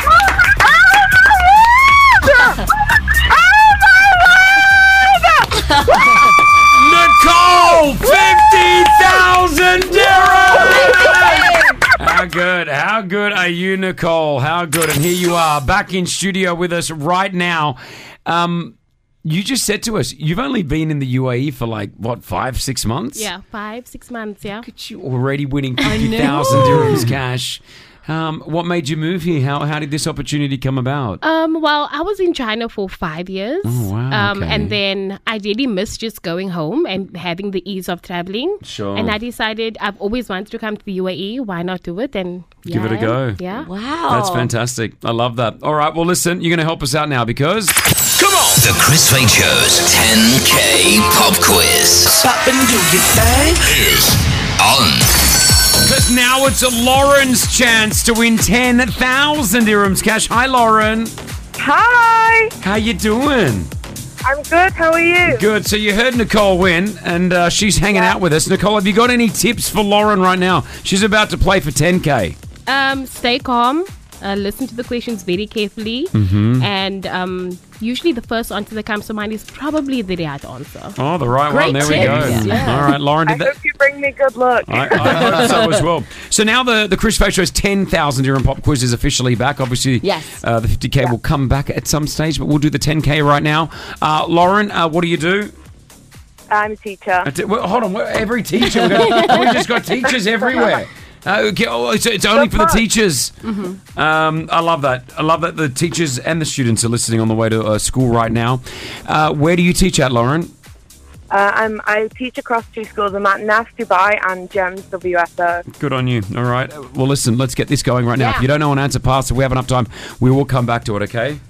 Speaker 4: Nicole, fifty thousand dirhams. How good? How good are you, Nicole? How good? And here you are, back in studio with us right now. Um, you just said to us, you've only been in the UAE for like what five, six months?
Speaker 8: Yeah, five, six months. Yeah.
Speaker 4: already winning
Speaker 8: I
Speaker 4: fifty
Speaker 8: know.
Speaker 4: thousand dirhams cash. Um, what made you move here? How how did this opportunity come about?
Speaker 8: Um, well, I was in China for five years.
Speaker 4: Oh, wow,
Speaker 8: Um,
Speaker 4: okay.
Speaker 8: and then I really missed just going home and having the ease of traveling.
Speaker 4: Sure.
Speaker 8: And I decided I've always wanted to come to the UAE. Why not do it? And yeah,
Speaker 4: Give it a
Speaker 8: I am.
Speaker 4: go.
Speaker 8: Yeah.
Speaker 1: Uh,
Speaker 7: Wow.
Speaker 4: That's fantastic. I love that. All right, well, listen, you're going to help us out now because
Speaker 2: Come on! The Chris Fade Show's 10K pop quiz. Stop and do your thing. Is on.
Speaker 4: because now it's a Lauren's chance to win ten thousand dirhams cash. Hi, Lauren.
Speaker 14: Hi.
Speaker 4: How you doing?
Speaker 14: I'm good. How are you?
Speaker 4: Good. So you heard Nicole win, and uh, she's hanging out with us. Nicole, have you got any tips for Lauren right now? She's about to play for 10k.
Speaker 8: Um, stay calm. uh, listen to the questions very carefully,
Speaker 4: Mhm.
Speaker 8: and um, usually the first answer that comes to mind is probably the right answer.
Speaker 4: Oh, the right
Speaker 8: Great
Speaker 4: one. There
Speaker 8: tips.
Speaker 4: we go.
Speaker 8: Yeah.
Speaker 4: All right, Lauren did that.
Speaker 1: you bring me good luck.
Speaker 4: I, I hope so as well. So now the the Chris Face Show's ten thousand dirham pop quiz is officially back. Obviously,
Speaker 7: Yes.
Speaker 4: uh, the fifty k will come back at some stage, but we'll do the ten k right now. Uh, Lauren, uh, what do you do?
Speaker 1: I'm a teacher.
Speaker 4: Uh, t- well, hold on, we're- every teacher. We've got, we've just got teachers everywhere. Uh, okay, oh, it's, it's only for the teachers.
Speaker 1: Mm-hmm.
Speaker 4: Um, I love that. I love that the teachers and the students are listening on the way to uh, school right now. Uh, where do you teach at, Lauren?
Speaker 1: Uh, I'm, I teach across two schools. I'm at NAF Dubai and GEMS WSO.
Speaker 4: Good on you. All right. Well, listen, let's get this going right now. If you don't know an answer pass, if we have enough time, we will come back to it, okay?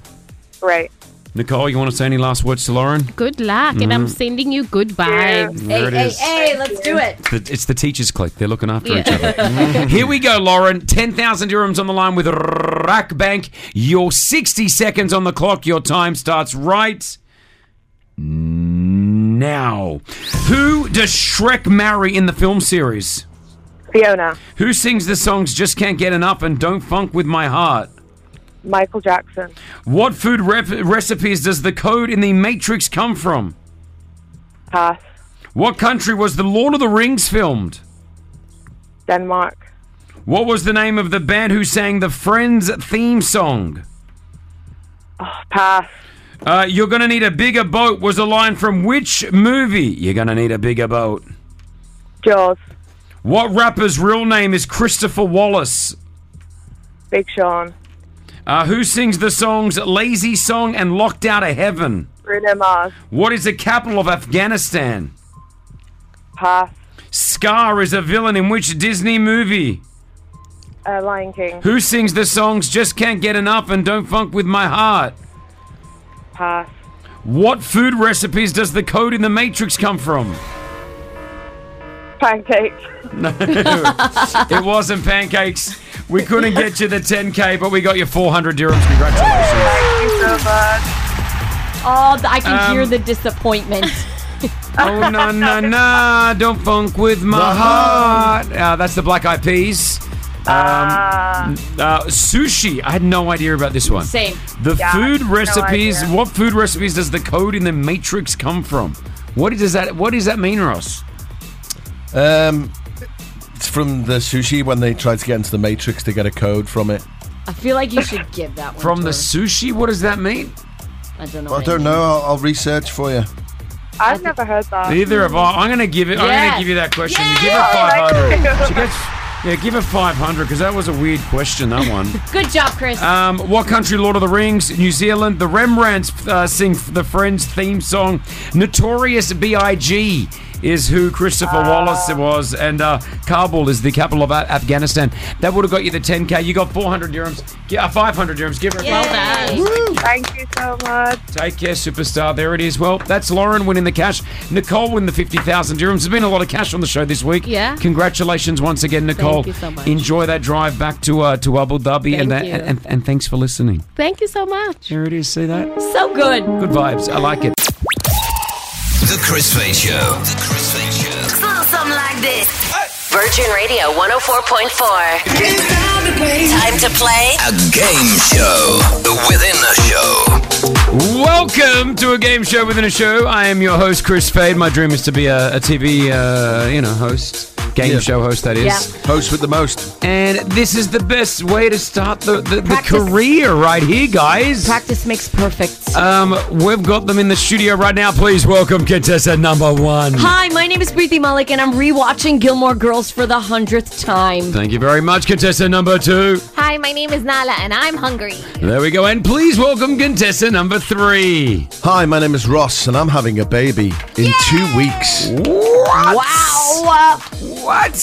Speaker 1: Great.
Speaker 4: Nicole, you want to say any last words to Lauren?
Speaker 8: Good luck, and I'm
Speaker 4: Mhm.
Speaker 8: sending you good vibes.
Speaker 4: There it is.
Speaker 7: Hey, let's do it.
Speaker 4: It's the, it's the teachers' clique. They're looking after each
Speaker 8: Yeah.
Speaker 4: other. Mm-hmm. Here we go, Lauren. 10,000 dirhams on the line with Rack Bank. Your 60 seconds on the clock. Your time starts right now. Who does Shrek marry in the film series?
Speaker 1: Fiona,
Speaker 4: Who sings the songs Just Can't Get Enough and Don't Funk With My Heart?
Speaker 1: Michael Jackson,
Speaker 4: What food rep- recipes does the code in the Matrix come from?
Speaker 1: pass.
Speaker 4: What country was the Lord of the Rings filmed?
Speaker 1: Denmark,
Speaker 4: What was the name of the band who sang the Friends theme song?
Speaker 1: oh, pass.
Speaker 4: Uh, you're going to need a bigger boat was a line from which movie? You're going to need a bigger boat.
Speaker 1: Jaws,
Speaker 4: What rapper's real name is Christopher Wallace?
Speaker 1: Big Sean,
Speaker 4: Uh, who sings the songs Lazy Song and Locked Out of Heaven?
Speaker 1: Bruno Mars,
Speaker 4: What is the capital of Afghanistan?
Speaker 1: pass.
Speaker 4: Scar is a villain in which Disney movie?
Speaker 1: Uh, Lion King,
Speaker 4: Who sings the songs Just Can't Get Enough and Don't Funk With My Heart?
Speaker 1: pass.
Speaker 4: What food recipes does the code in the Matrix come from?
Speaker 1: Pancakes.
Speaker 4: No, it wasn't pancakes. We couldn't get you the 10K, but we got you 400 dirhams. Congratulations.
Speaker 1: Thank you so much.
Speaker 7: Oh, th- I can
Speaker 4: Um,
Speaker 7: hear the disappointment.
Speaker 4: Oh, no, no, no. Don't funk with my heart. Uh, that's the Black Eyed Peas. Um, uh, sushi. I had no idea about this one.
Speaker 7: Ah. Same.
Speaker 4: The
Speaker 7: Yeah,
Speaker 4: food
Speaker 7: no
Speaker 4: recipes.
Speaker 7: idea.
Speaker 4: what food recipes does the code in the Matrix come from? What does that? What does that mean, Ross?
Speaker 6: Um, it's from the sushi when they tried to get into the Matrix to get a code from it.
Speaker 7: I feel like you should give that one.
Speaker 4: From
Speaker 7: to
Speaker 4: the
Speaker 7: her.
Speaker 4: sushi. What does that mean?
Speaker 7: I don't know.
Speaker 6: I don't know. I'll, I'll research for you.
Speaker 1: I've never heard that.
Speaker 4: Neither have I. I'm going to give it. I'm going
Speaker 1: Yes.
Speaker 4: to give you that question. You give
Speaker 1: Yay!
Speaker 4: her
Speaker 1: Oh,
Speaker 4: 500.
Speaker 1: thank
Speaker 4: She gets. Yeah, give her 500 because that was a weird question. That one.
Speaker 7: Good job, Chris.
Speaker 4: Um, what country? Lord of the Rings, New Zealand. The Rembrandts uh, sing the Friends theme song. Notorious B.I.G. is who Christopher Wallace was, and uh, Kabul is the capital of A- Afghanistan. That would have got you the 10k. You got 400 dirhams. Yeah, 500 dirhams. Give her. a
Speaker 1: Well
Speaker 4: clap.
Speaker 1: done. Thank you so much.
Speaker 4: Take care, superstar. There it is. Well, that's Lauren winning the cash. Nicole win the 50,000 dirhams. There's been a lot of cash on the show this week.
Speaker 8: Yeah.
Speaker 4: Congratulations once again, Nicole.
Speaker 8: you so much.
Speaker 4: Enjoy that drive back to uh, to Abu Dhabi. and,
Speaker 8: Thank
Speaker 4: uh,
Speaker 8: you.
Speaker 4: and, and and thanks for listening.
Speaker 8: Thank you so much.
Speaker 4: There it is. See that?
Speaker 7: So good.
Speaker 4: Good vibes. I like it.
Speaker 2: The Chris Fade Show. The Chris Fade Show.
Speaker 3: Just a little something like this. Virgin Radio 104.4. Time to play.
Speaker 2: A game show within a show.
Speaker 4: Welcome to a game show within a show. I am your host, Chris Fade. My dream is to be a, a TV, uh, you know, host, game show host. That is
Speaker 6: Yeah. host with the most.
Speaker 4: And this is the best way to start the, the, the career right here, guys.
Speaker 7: Practice makes perfect.
Speaker 4: Um, we've got them in the studio right now. Please welcome contestant number one.
Speaker 7: Hi, my name is Preeti Malik, and I'm rewatching Gilmore Girls for the hundredth time.
Speaker 4: Thank you very much, contestant number two.
Speaker 13: Hi, my name is Nala and I'm hungry.
Speaker 4: There we go. And please welcome contestant number three.
Speaker 6: Hi, my name is Ross, and I'm having a baby in two weeks.
Speaker 7: Wow.
Speaker 4: What?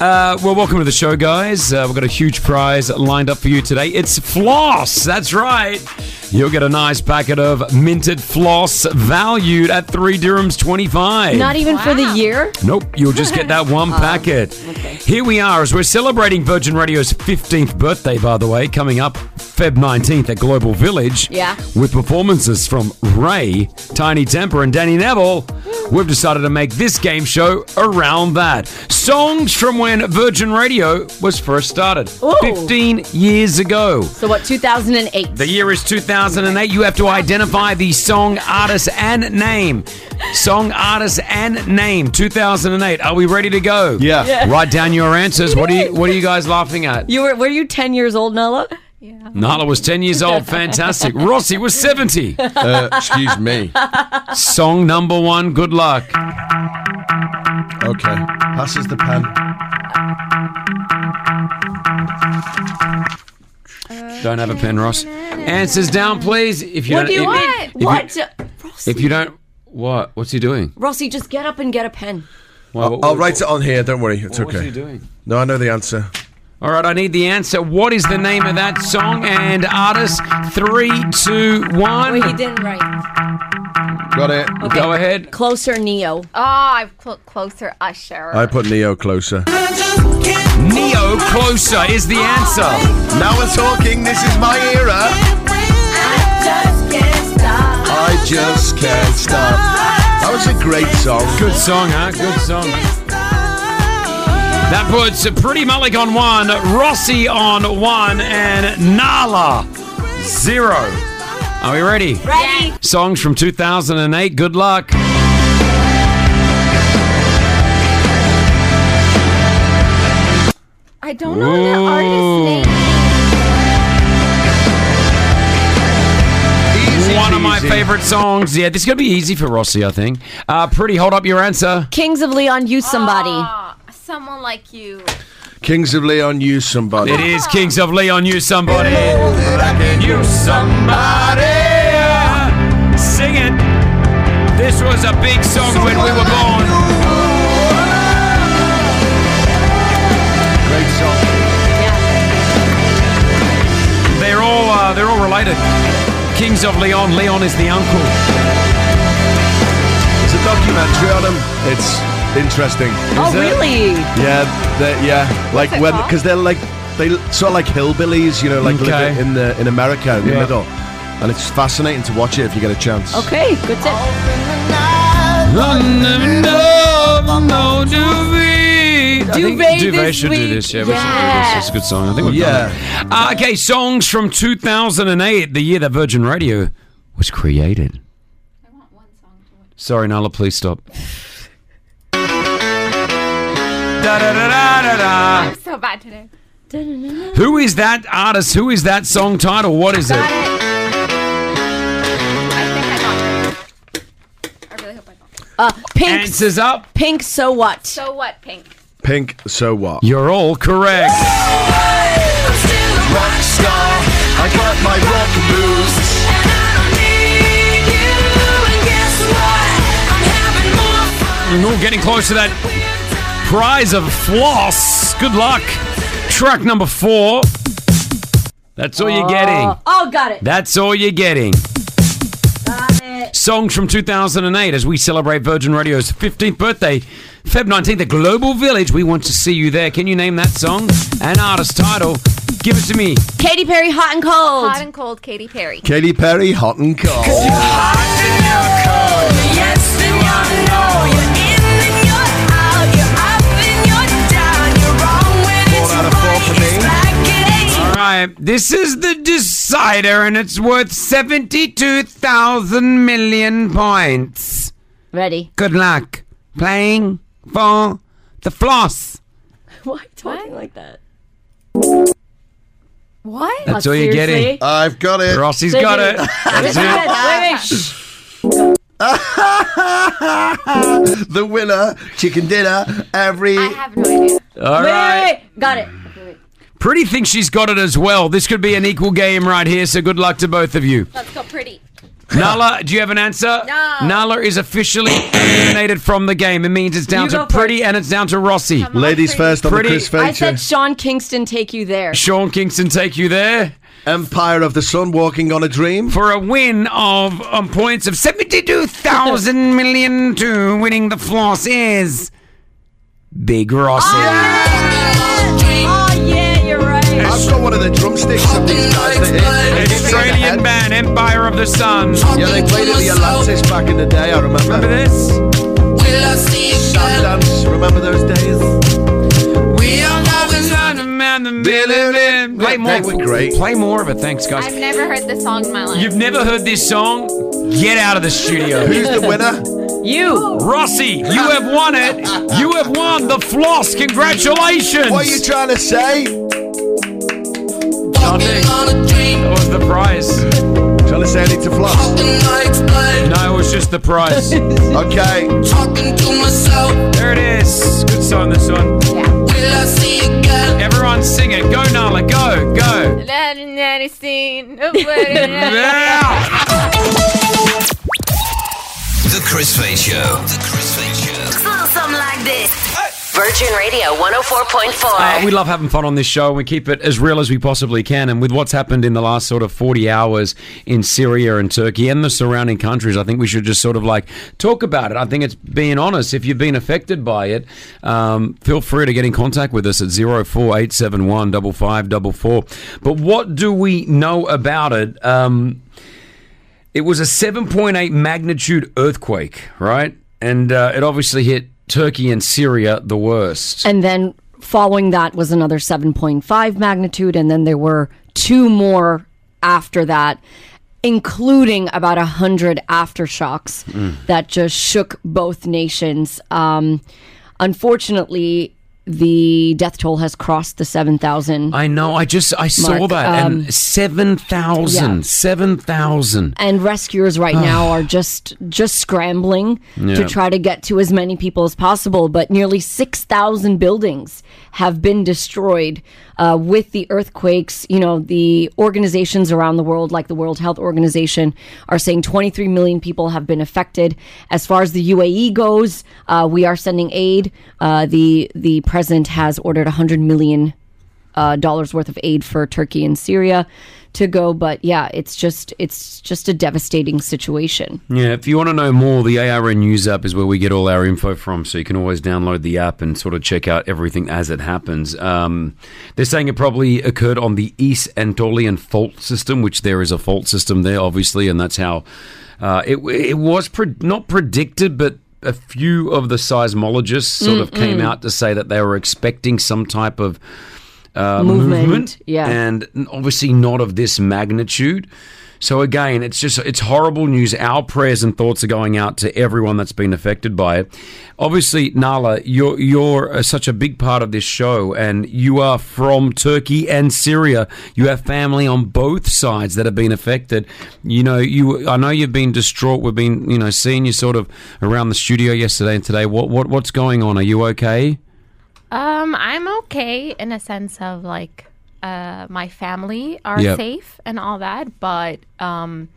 Speaker 4: Uh, well, welcome to the show, guys. Uh, we've got a huge prize lined up for you today. It's floss. That's right. You'll get a nice packet of minted floss valued at three dirhams twenty-five.
Speaker 7: Not even for the year.
Speaker 4: Nope, you'll just get that
Speaker 7: Um,
Speaker 4: one packet. Here we are as we're celebrating Virgin Radio's 15th birthday, by the way, coming up Feb 19th at Global Village.
Speaker 7: Yeah.
Speaker 4: With performances from Ray, Tiny Temper, and Danny Neville, we've decided to make this game show around that. songs from when Virgin Radio was first started.
Speaker 7: Ooh.
Speaker 4: 15 years ago.
Speaker 7: So what? 2008.
Speaker 4: The year is 2008. You have to identify the song, artist, and name. Song, artist, and name. 2008. Are we ready to go?
Speaker 7: Yeah. Yeah.
Speaker 4: Write down your answers. What are you What are you guys laughing at?
Speaker 7: You were were you 10 years old, Nala?
Speaker 4: Nala was 10 years old. Fantastic. Rossi was 70.
Speaker 7: Uh, excuse me.
Speaker 4: Song number one. Good luck.
Speaker 6: Okay. Passes the pen.
Speaker 4: Don't have a pen, Ross. Answers down, please. If you
Speaker 7: What
Speaker 4: don't,
Speaker 7: do you
Speaker 4: if-
Speaker 7: want?
Speaker 4: if you-
Speaker 7: What?
Speaker 4: If you don't, what? What's he doing?
Speaker 7: Rossi, just get up and get a pen.
Speaker 6: I'll, I'll write it on here. Don't worry. It's
Speaker 4: What's
Speaker 6: okay.
Speaker 4: he doing?
Speaker 6: No, I know the answer.
Speaker 4: All right, I need the answer. What is the name of that song and artist? Three, two, one.
Speaker 7: Well, he didn't write.
Speaker 6: Got it.
Speaker 7: Okay.
Speaker 4: Go ahead.
Speaker 7: Closer, Neo.
Speaker 13: Oh, I've cl- closer uh, Usher.
Speaker 6: I put Neo closer.
Speaker 4: Neo closer is the answer.
Speaker 6: Now we're talking. This is my era. I just can't stop. That was a great song.
Speaker 4: Good song, huh? Good song. That puts Pretty Mullick on one, Rossi on one, and Nala zero. Are we ready?
Speaker 7: Ready.
Speaker 4: Songs from 2008. Good luck.
Speaker 13: I don't know the artist name.
Speaker 4: One of my
Speaker 13: peasy.
Speaker 4: favorite songs. Yeah, this is going to be easy for Rossi, I think. Uh, pretty, hold up your answer.
Speaker 7: Kings of Leon, use somebody.
Speaker 13: Someone like you.
Speaker 6: Kings of Leon, you somebody.
Speaker 4: It is Kings of Leon, you somebody. You somebody. Sing it. This was a big song when we were born.
Speaker 6: Great song.
Speaker 4: They're all uh, they're all related. Kings of Leon. Leon is the uncle.
Speaker 6: It's a documentary on him. It's interesting.
Speaker 7: Oh,
Speaker 6: Is it?
Speaker 7: really?
Speaker 6: Yeah, they- yeah. Like
Speaker 7: it
Speaker 6: when,
Speaker 7: called?
Speaker 6: because they're like they l- sort of like hillbillies, you know, like
Speaker 4: Okay.
Speaker 6: living in the in America in the
Speaker 4: Yeah.
Speaker 6: middle, and it's fascinating to watch it if you get a chance.
Speaker 7: Okay, good tip.
Speaker 4: I think
Speaker 7: Duvet
Speaker 4: Duvet
Speaker 7: this
Speaker 4: should do
Speaker 7: week.
Speaker 4: this. Yeah, we should do
Speaker 7: Yes.
Speaker 4: this. It's a good song. I think we've
Speaker 6: Yeah.
Speaker 4: done it. Uh, okay, songs from 2008, the year that Virgin Radio was created. Sorry, Nala, please stop. Da-da-da-da-da-da.
Speaker 13: I'm so bad today.
Speaker 4: Who is that artist? Who is that song title? What is it?
Speaker 7: Uh, pink.
Speaker 4: Answers up.
Speaker 7: Pink. So what?
Speaker 13: So what, Pink?
Speaker 6: Pink, so what?
Speaker 4: You're all correct.
Speaker 6: Rock star, I got my rock boots.
Speaker 4: We're all getting close to that prize of floss. Good luck. Track number four. That's all you're getting.
Speaker 7: Oh, oh, got it.
Speaker 4: That's all you're getting.
Speaker 7: Got it.
Speaker 4: Songs from 2008 as we celebrate Virgin Radio's 15th birthday, Feb 19th at Global Village. We want to see you there. Can you name that song and artist title? Give it to me.
Speaker 7: Katy Perry, hot and cold.
Speaker 13: Hot and cold, Katy Perry.
Speaker 6: Katy Perry, hot and cold.
Speaker 4: All right, this is the decider, and it's worth 72,000 million points.
Speaker 7: Ready.
Speaker 4: Good luck playing for the floss.
Speaker 7: Why are you talking like that?
Speaker 13: What?
Speaker 4: That's all you're getting.
Speaker 6: I've got it.
Speaker 4: Rossi's got it. That's it.
Speaker 6: the winner, chicken dinner, every. I
Speaker 13: have no idea.
Speaker 4: All right.
Speaker 7: Got it.
Speaker 4: Pretty thinks she's got it as well. This could be an equal game right here, so good luck to both of you.
Speaker 13: Let's go pretty.
Speaker 4: Nala, do you have an answer?
Speaker 13: No.
Speaker 4: Nala is officially eliminated from the game. It means it's down
Speaker 7: You
Speaker 4: to
Speaker 7: go
Speaker 4: Pretty and it's down to Rossi.
Speaker 6: Ladies first on
Speaker 4: Pretty.
Speaker 6: the Chris
Speaker 7: I
Speaker 6: Fade
Speaker 7: said Sean Kingston, take you there.
Speaker 4: Sean Kingston take you there
Speaker 6: Empire of the Sun, Walking on a Dream.
Speaker 4: for a win of um, points of 72,000 million to winning the floss is Big Rossi.
Speaker 7: Oh yeah, you're right.
Speaker 6: I've got one of the drumsticks of these guys that hit. hit me in the
Speaker 4: Australian
Speaker 6: head.
Speaker 4: band, Empire of the Sun.
Speaker 6: Yeah, they played at the Atlantis back in the day, I remember.
Speaker 4: Remember this?
Speaker 6: Sundance, remember those days?
Speaker 4: Play more.
Speaker 16: They were great.
Speaker 4: Play more of it. Thanks, guys.
Speaker 13: I've never heard this song in my life.
Speaker 4: You've never heard this song? Get out of the studio.
Speaker 16: Who's the winner?
Speaker 7: You.
Speaker 4: Rossi, you have won it. You have won the floss. Congratulations.
Speaker 16: What are you trying to say?
Speaker 4: That was the prize.
Speaker 16: Trying to say I need to floss.
Speaker 4: No, it was just the prize.
Speaker 16: okay.
Speaker 4: There it is. Good song, this one. Everyone sing it. Go, Nala. Go, go.
Speaker 2: The Chris Fade Show. The Chris Fade Show.
Speaker 3: Looks a little something like this. Virgin Radio 104.4.
Speaker 4: Uh, we love having fun on this show. and We keep it as real as we possibly can. And with what's happened in the last sort of 40 hours in Syria and Turkey and the surrounding countries, I think we should just sort of like talk about it. I think it's being honest. If you've been affected by it, um, feel free to get in contact with us at 04871 5544. But what do we know about it? Um, it was a 7.8 magnitude earthquake, right? And uh, it obviously hit Turkey and Syria the worst.
Speaker 7: And then following that was another 7.5 magnitude. And then there were two more after that, including about 100 aftershocks
Speaker 17: Mm.
Speaker 7: that just shook both nations. Um, unfortunately, the death toll has crossed the 7,000.
Speaker 4: I know. I just I saw
Speaker 7: Mark,
Speaker 4: that
Speaker 7: um,
Speaker 4: and seven thousand,
Speaker 7: yeah.
Speaker 4: seven thousand.
Speaker 7: and rescuers right now are just just scrambling
Speaker 4: Yeah.
Speaker 7: to try to get to as many people as possible but nearly 6000 buildings have been destroyed uh, with the earthquakes you know the organizations around the world like the world health organization are saying 23 million people have been affected as far as the uae goes uh, we are sending aid uh, the the president has ordered 100 million uh, dollars worth of aid for Turkey and Syria to go. But yeah, it's just it's just a devastating situation.
Speaker 4: Yeah, if you want to know more, the ARN News app is where we get all our info from, so you can always download the app and sort of check out everything as it happens. Um, they're saying it probably occurred on the East Anatolian fault system, which there is a fault system there, obviously, and that's how uh, it, it was pre- not predicted, but a few of the seismologists sort of came
Speaker 7: Mm-mm.
Speaker 4: out to say that they were expecting some type of uh,
Speaker 7: Movement, yeah.
Speaker 4: and obviously not of this magnitude. So again, it's just it's horrible news. Our prayers and thoughts are going out to everyone that's been affected by it. Obviously, Nala, you're you're uh, such a big part of this show, and you are from Turkey and Syria. You have family on both sides that have been affected. You know, you I know you've been distraught. We've been you know seeing you sort of around the studio yesterday and today. What what what's going on? Are you okay?
Speaker 13: Um, I'm okay in a sense of like uh, my family are
Speaker 4: Yep.
Speaker 13: safe and all that, but um,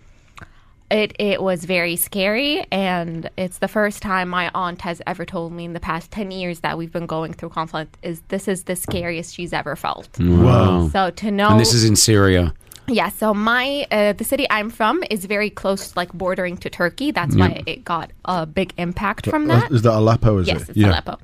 Speaker 13: it it was very scary, and it's the first time my aunt has ever told me in the past ten years that we've been going through conflict is this is the scariest she's ever felt.
Speaker 4: Wow.
Speaker 13: So to know
Speaker 4: And this is in Syria.
Speaker 13: Yeah, so my uh, the city I'm from is very close, like bordering to Turkey. That's
Speaker 6: Yeah.
Speaker 13: why it got a big impact from
Speaker 6: Uh,
Speaker 13: that.
Speaker 6: Is that Aleppo? Is
Speaker 13: yes,
Speaker 6: it?
Speaker 13: it's Aleppo.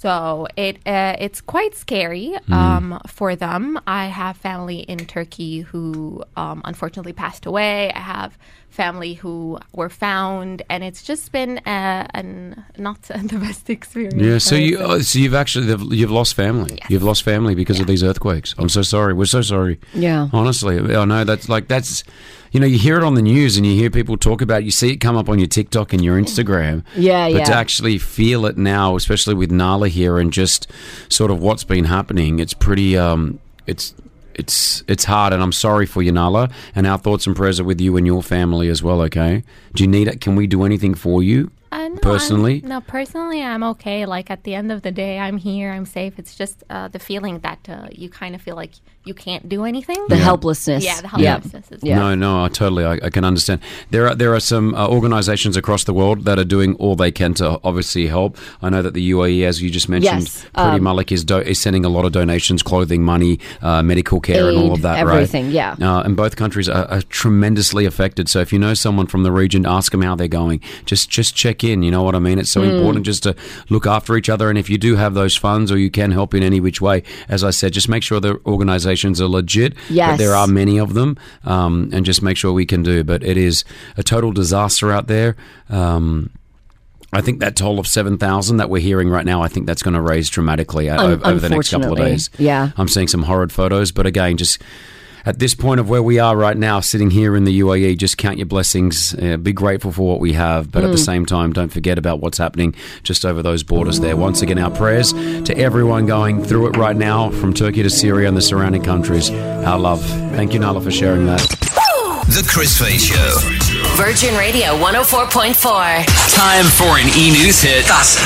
Speaker 13: So it uh, it's quite scary
Speaker 4: Mm.
Speaker 6: Mhm.
Speaker 13: um, for them. I have family in Turkey who um, unfortunately passed away. I have family who were found, and it's just been uh, an not the best experience.
Speaker 4: Yeah, so
Speaker 13: I
Speaker 4: you
Speaker 13: would
Speaker 4: uh, so you've actually they've- you've lost family. You've lost family because of these earthquakes. I'm so sorry. We're so sorry.
Speaker 7: Yeah.
Speaker 4: Honestly, I know that's like that's you know you hear it on the news and you hear people talk about it. you see it come up on your TikTok and your Instagram.
Speaker 7: Yeah,
Speaker 4: But to
Speaker 7: yeah.
Speaker 4: actually feel it now, especially with Nala here and just sort of what's been happening, it's pretty um it's it's it's hard and I'm sorry for you Nala and our thoughts and prayers are with you and your family as well, okay? Do you need it? Can we do anything for you?
Speaker 13: Uh, no, I'm-
Speaker 4: personally?
Speaker 13: no, personally, I'm okay. Like at the end of the day, I'm here. I'm safe. It's just uh, the feeling that uh, you kind of feel like you can't do anything.
Speaker 7: The Yeah. helplessness.
Speaker 13: Yeah, the
Speaker 4: Yeah.
Speaker 13: helplessness. Is
Speaker 4: No, no, I totally, I, I can understand. There are there are some uh, organisations across the world that are doing all they can to obviously help. I know that the UAE, as you just mentioned,
Speaker 7: Yes,
Speaker 4: Pretty
Speaker 7: um,
Speaker 4: Malik is do- is sending a lot of donations, clothing, money, uh, medical care, and all
Speaker 7: Aid,
Speaker 4: of that.
Speaker 7: everything, yeah.
Speaker 4: right? Uh, and both countries are, are tremendously affected. So if you know someone from the region, ask them how they're going. Just just check in. You know what I mean? It's so
Speaker 7: Mm.
Speaker 4: important just to look after each other. And if you do have those funds or you can help in any which way, as I said, just make sure the organisations are legit. But
Speaker 7: Yes.
Speaker 4: there are many of them, um, and just make sure we can do. But it is a total disaster out there. Um, I think that toll of 7,000 that we're hearing right now, I think that's going to raise dramatically o-
Speaker 7: Un-
Speaker 4: over, the next couple of
Speaker 7: unfortunately,
Speaker 4: days.
Speaker 7: yeah.
Speaker 4: I'm seeing some horrid photos, but again, just at this point of where we are right now, sitting here in the UAE, just count your blessings, uh, be grateful for what we have, but at the
Speaker 17: Mm.
Speaker 4: same time, don't forget about what's happening just over those borders there. Once again, our prayers to everyone going through it right now, from Turkey to Syria and the surrounding countries. Our love. Thank you, Nala, for sharing that.
Speaker 2: The Chris Fade Show.
Speaker 3: Virgin Radio 104.4.
Speaker 2: Time for an e news hit. Gossip.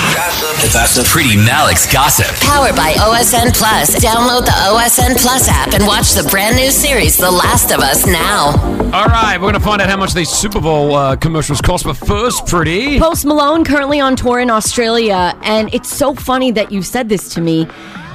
Speaker 2: Gossip. Pretty Malik's Gossip.
Speaker 3: Powered by OSN Plus. Download the OSN Plus app and watch the brand new series, The Last of Us, now.
Speaker 4: All right, we're going to find out how much these Super Bowl uh, commercials cost, but first, pretty.
Speaker 7: Post Malone currently on tour in Australia, and it's so funny that you said this to me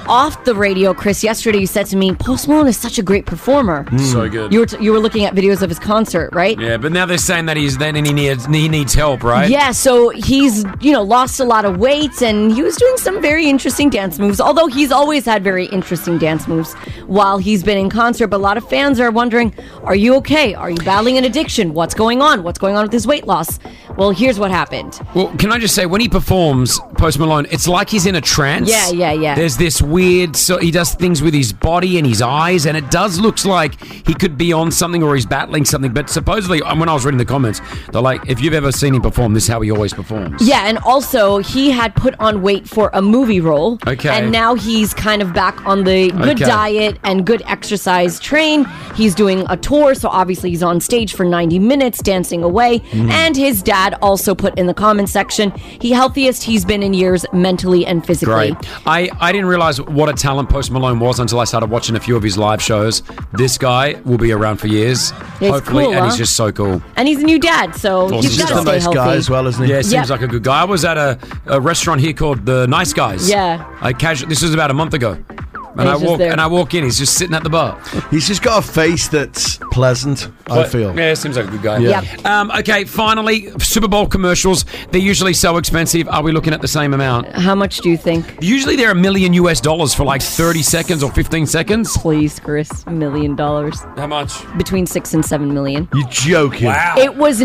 Speaker 7: off the radio, Chris. Yesterday, you said to me, "Post Malone is such a great performer."
Speaker 4: So good.
Speaker 7: You were t- you were looking at videos of his concert, right?
Speaker 4: Yeah, but now they're saying that he's then and he needs he needs help, right?
Speaker 7: Yeah, so he's, you know, lost a lot of weight and he was doing some very interesting dance moves, although he's always had very interesting dance moves while he's been in concert. But a lot of fans are wondering, are you okay? Are you battling an addiction? What's going on? What's going on with his weight loss? Well, here's what happened.
Speaker 4: Well, can I just say when he performs Post Malone, it's like he's in a trance.
Speaker 7: Yeah, yeah, yeah.
Speaker 4: There's this weird. So he does things with his body and his eyes, and it does looks like he could be on something or he's battling something. But supposedly, and when I was reading the comments, they're like, if you've ever seen him perform, this is how he always performs.
Speaker 7: Yeah, and also he had put on weight for a movie role.
Speaker 4: Okay.
Speaker 7: And now he's kind of back on the good
Speaker 4: Okay.
Speaker 7: diet and good exercise train. He's doing a tour, so obviously he's on stage for 90 minutes dancing away.
Speaker 4: Mm-hmm.
Speaker 18: Mhm.
Speaker 7: And his dad also put in the comments section, he healthiest he's been in years mentally and physically.
Speaker 4: Great. I, I didn't realize what a talent Post Malone was until I started watching a few of his live shows. This guy will be around for years,
Speaker 7: He's
Speaker 4: hopefully,
Speaker 7: cool,
Speaker 4: and he's
Speaker 7: huh?
Speaker 4: just so cool.
Speaker 7: And he's a new dad, so
Speaker 4: Awesome
Speaker 7: you've got to
Speaker 4: stuff.
Speaker 7: stay healthy.
Speaker 4: Yeah, seems
Speaker 7: Yep.
Speaker 4: like a good guy. I was at a, a restaurant here called the Nice Guys.
Speaker 7: Yeah.
Speaker 4: I casual. This was about a month ago, and
Speaker 7: he's
Speaker 4: I
Speaker 7: just
Speaker 4: walk
Speaker 7: there.
Speaker 4: and I walk in. He's just sitting at the bar.
Speaker 6: He's just got a face that's pleasant, I
Speaker 4: But-
Speaker 6: feel.
Speaker 4: Yeah, seems like a good guy.
Speaker 6: Yeah.
Speaker 4: Um, okay, finally, Super Bowl commercials. They're usually so expensive. Are we looking at the same amount?
Speaker 7: How much do you think?
Speaker 4: Usually they're a million US dollars for like 30 seconds or 15 seconds.
Speaker 7: Please, Chris, a million dollars.
Speaker 4: How much?
Speaker 7: Between six and seven million.
Speaker 6: You're joking.
Speaker 7: It was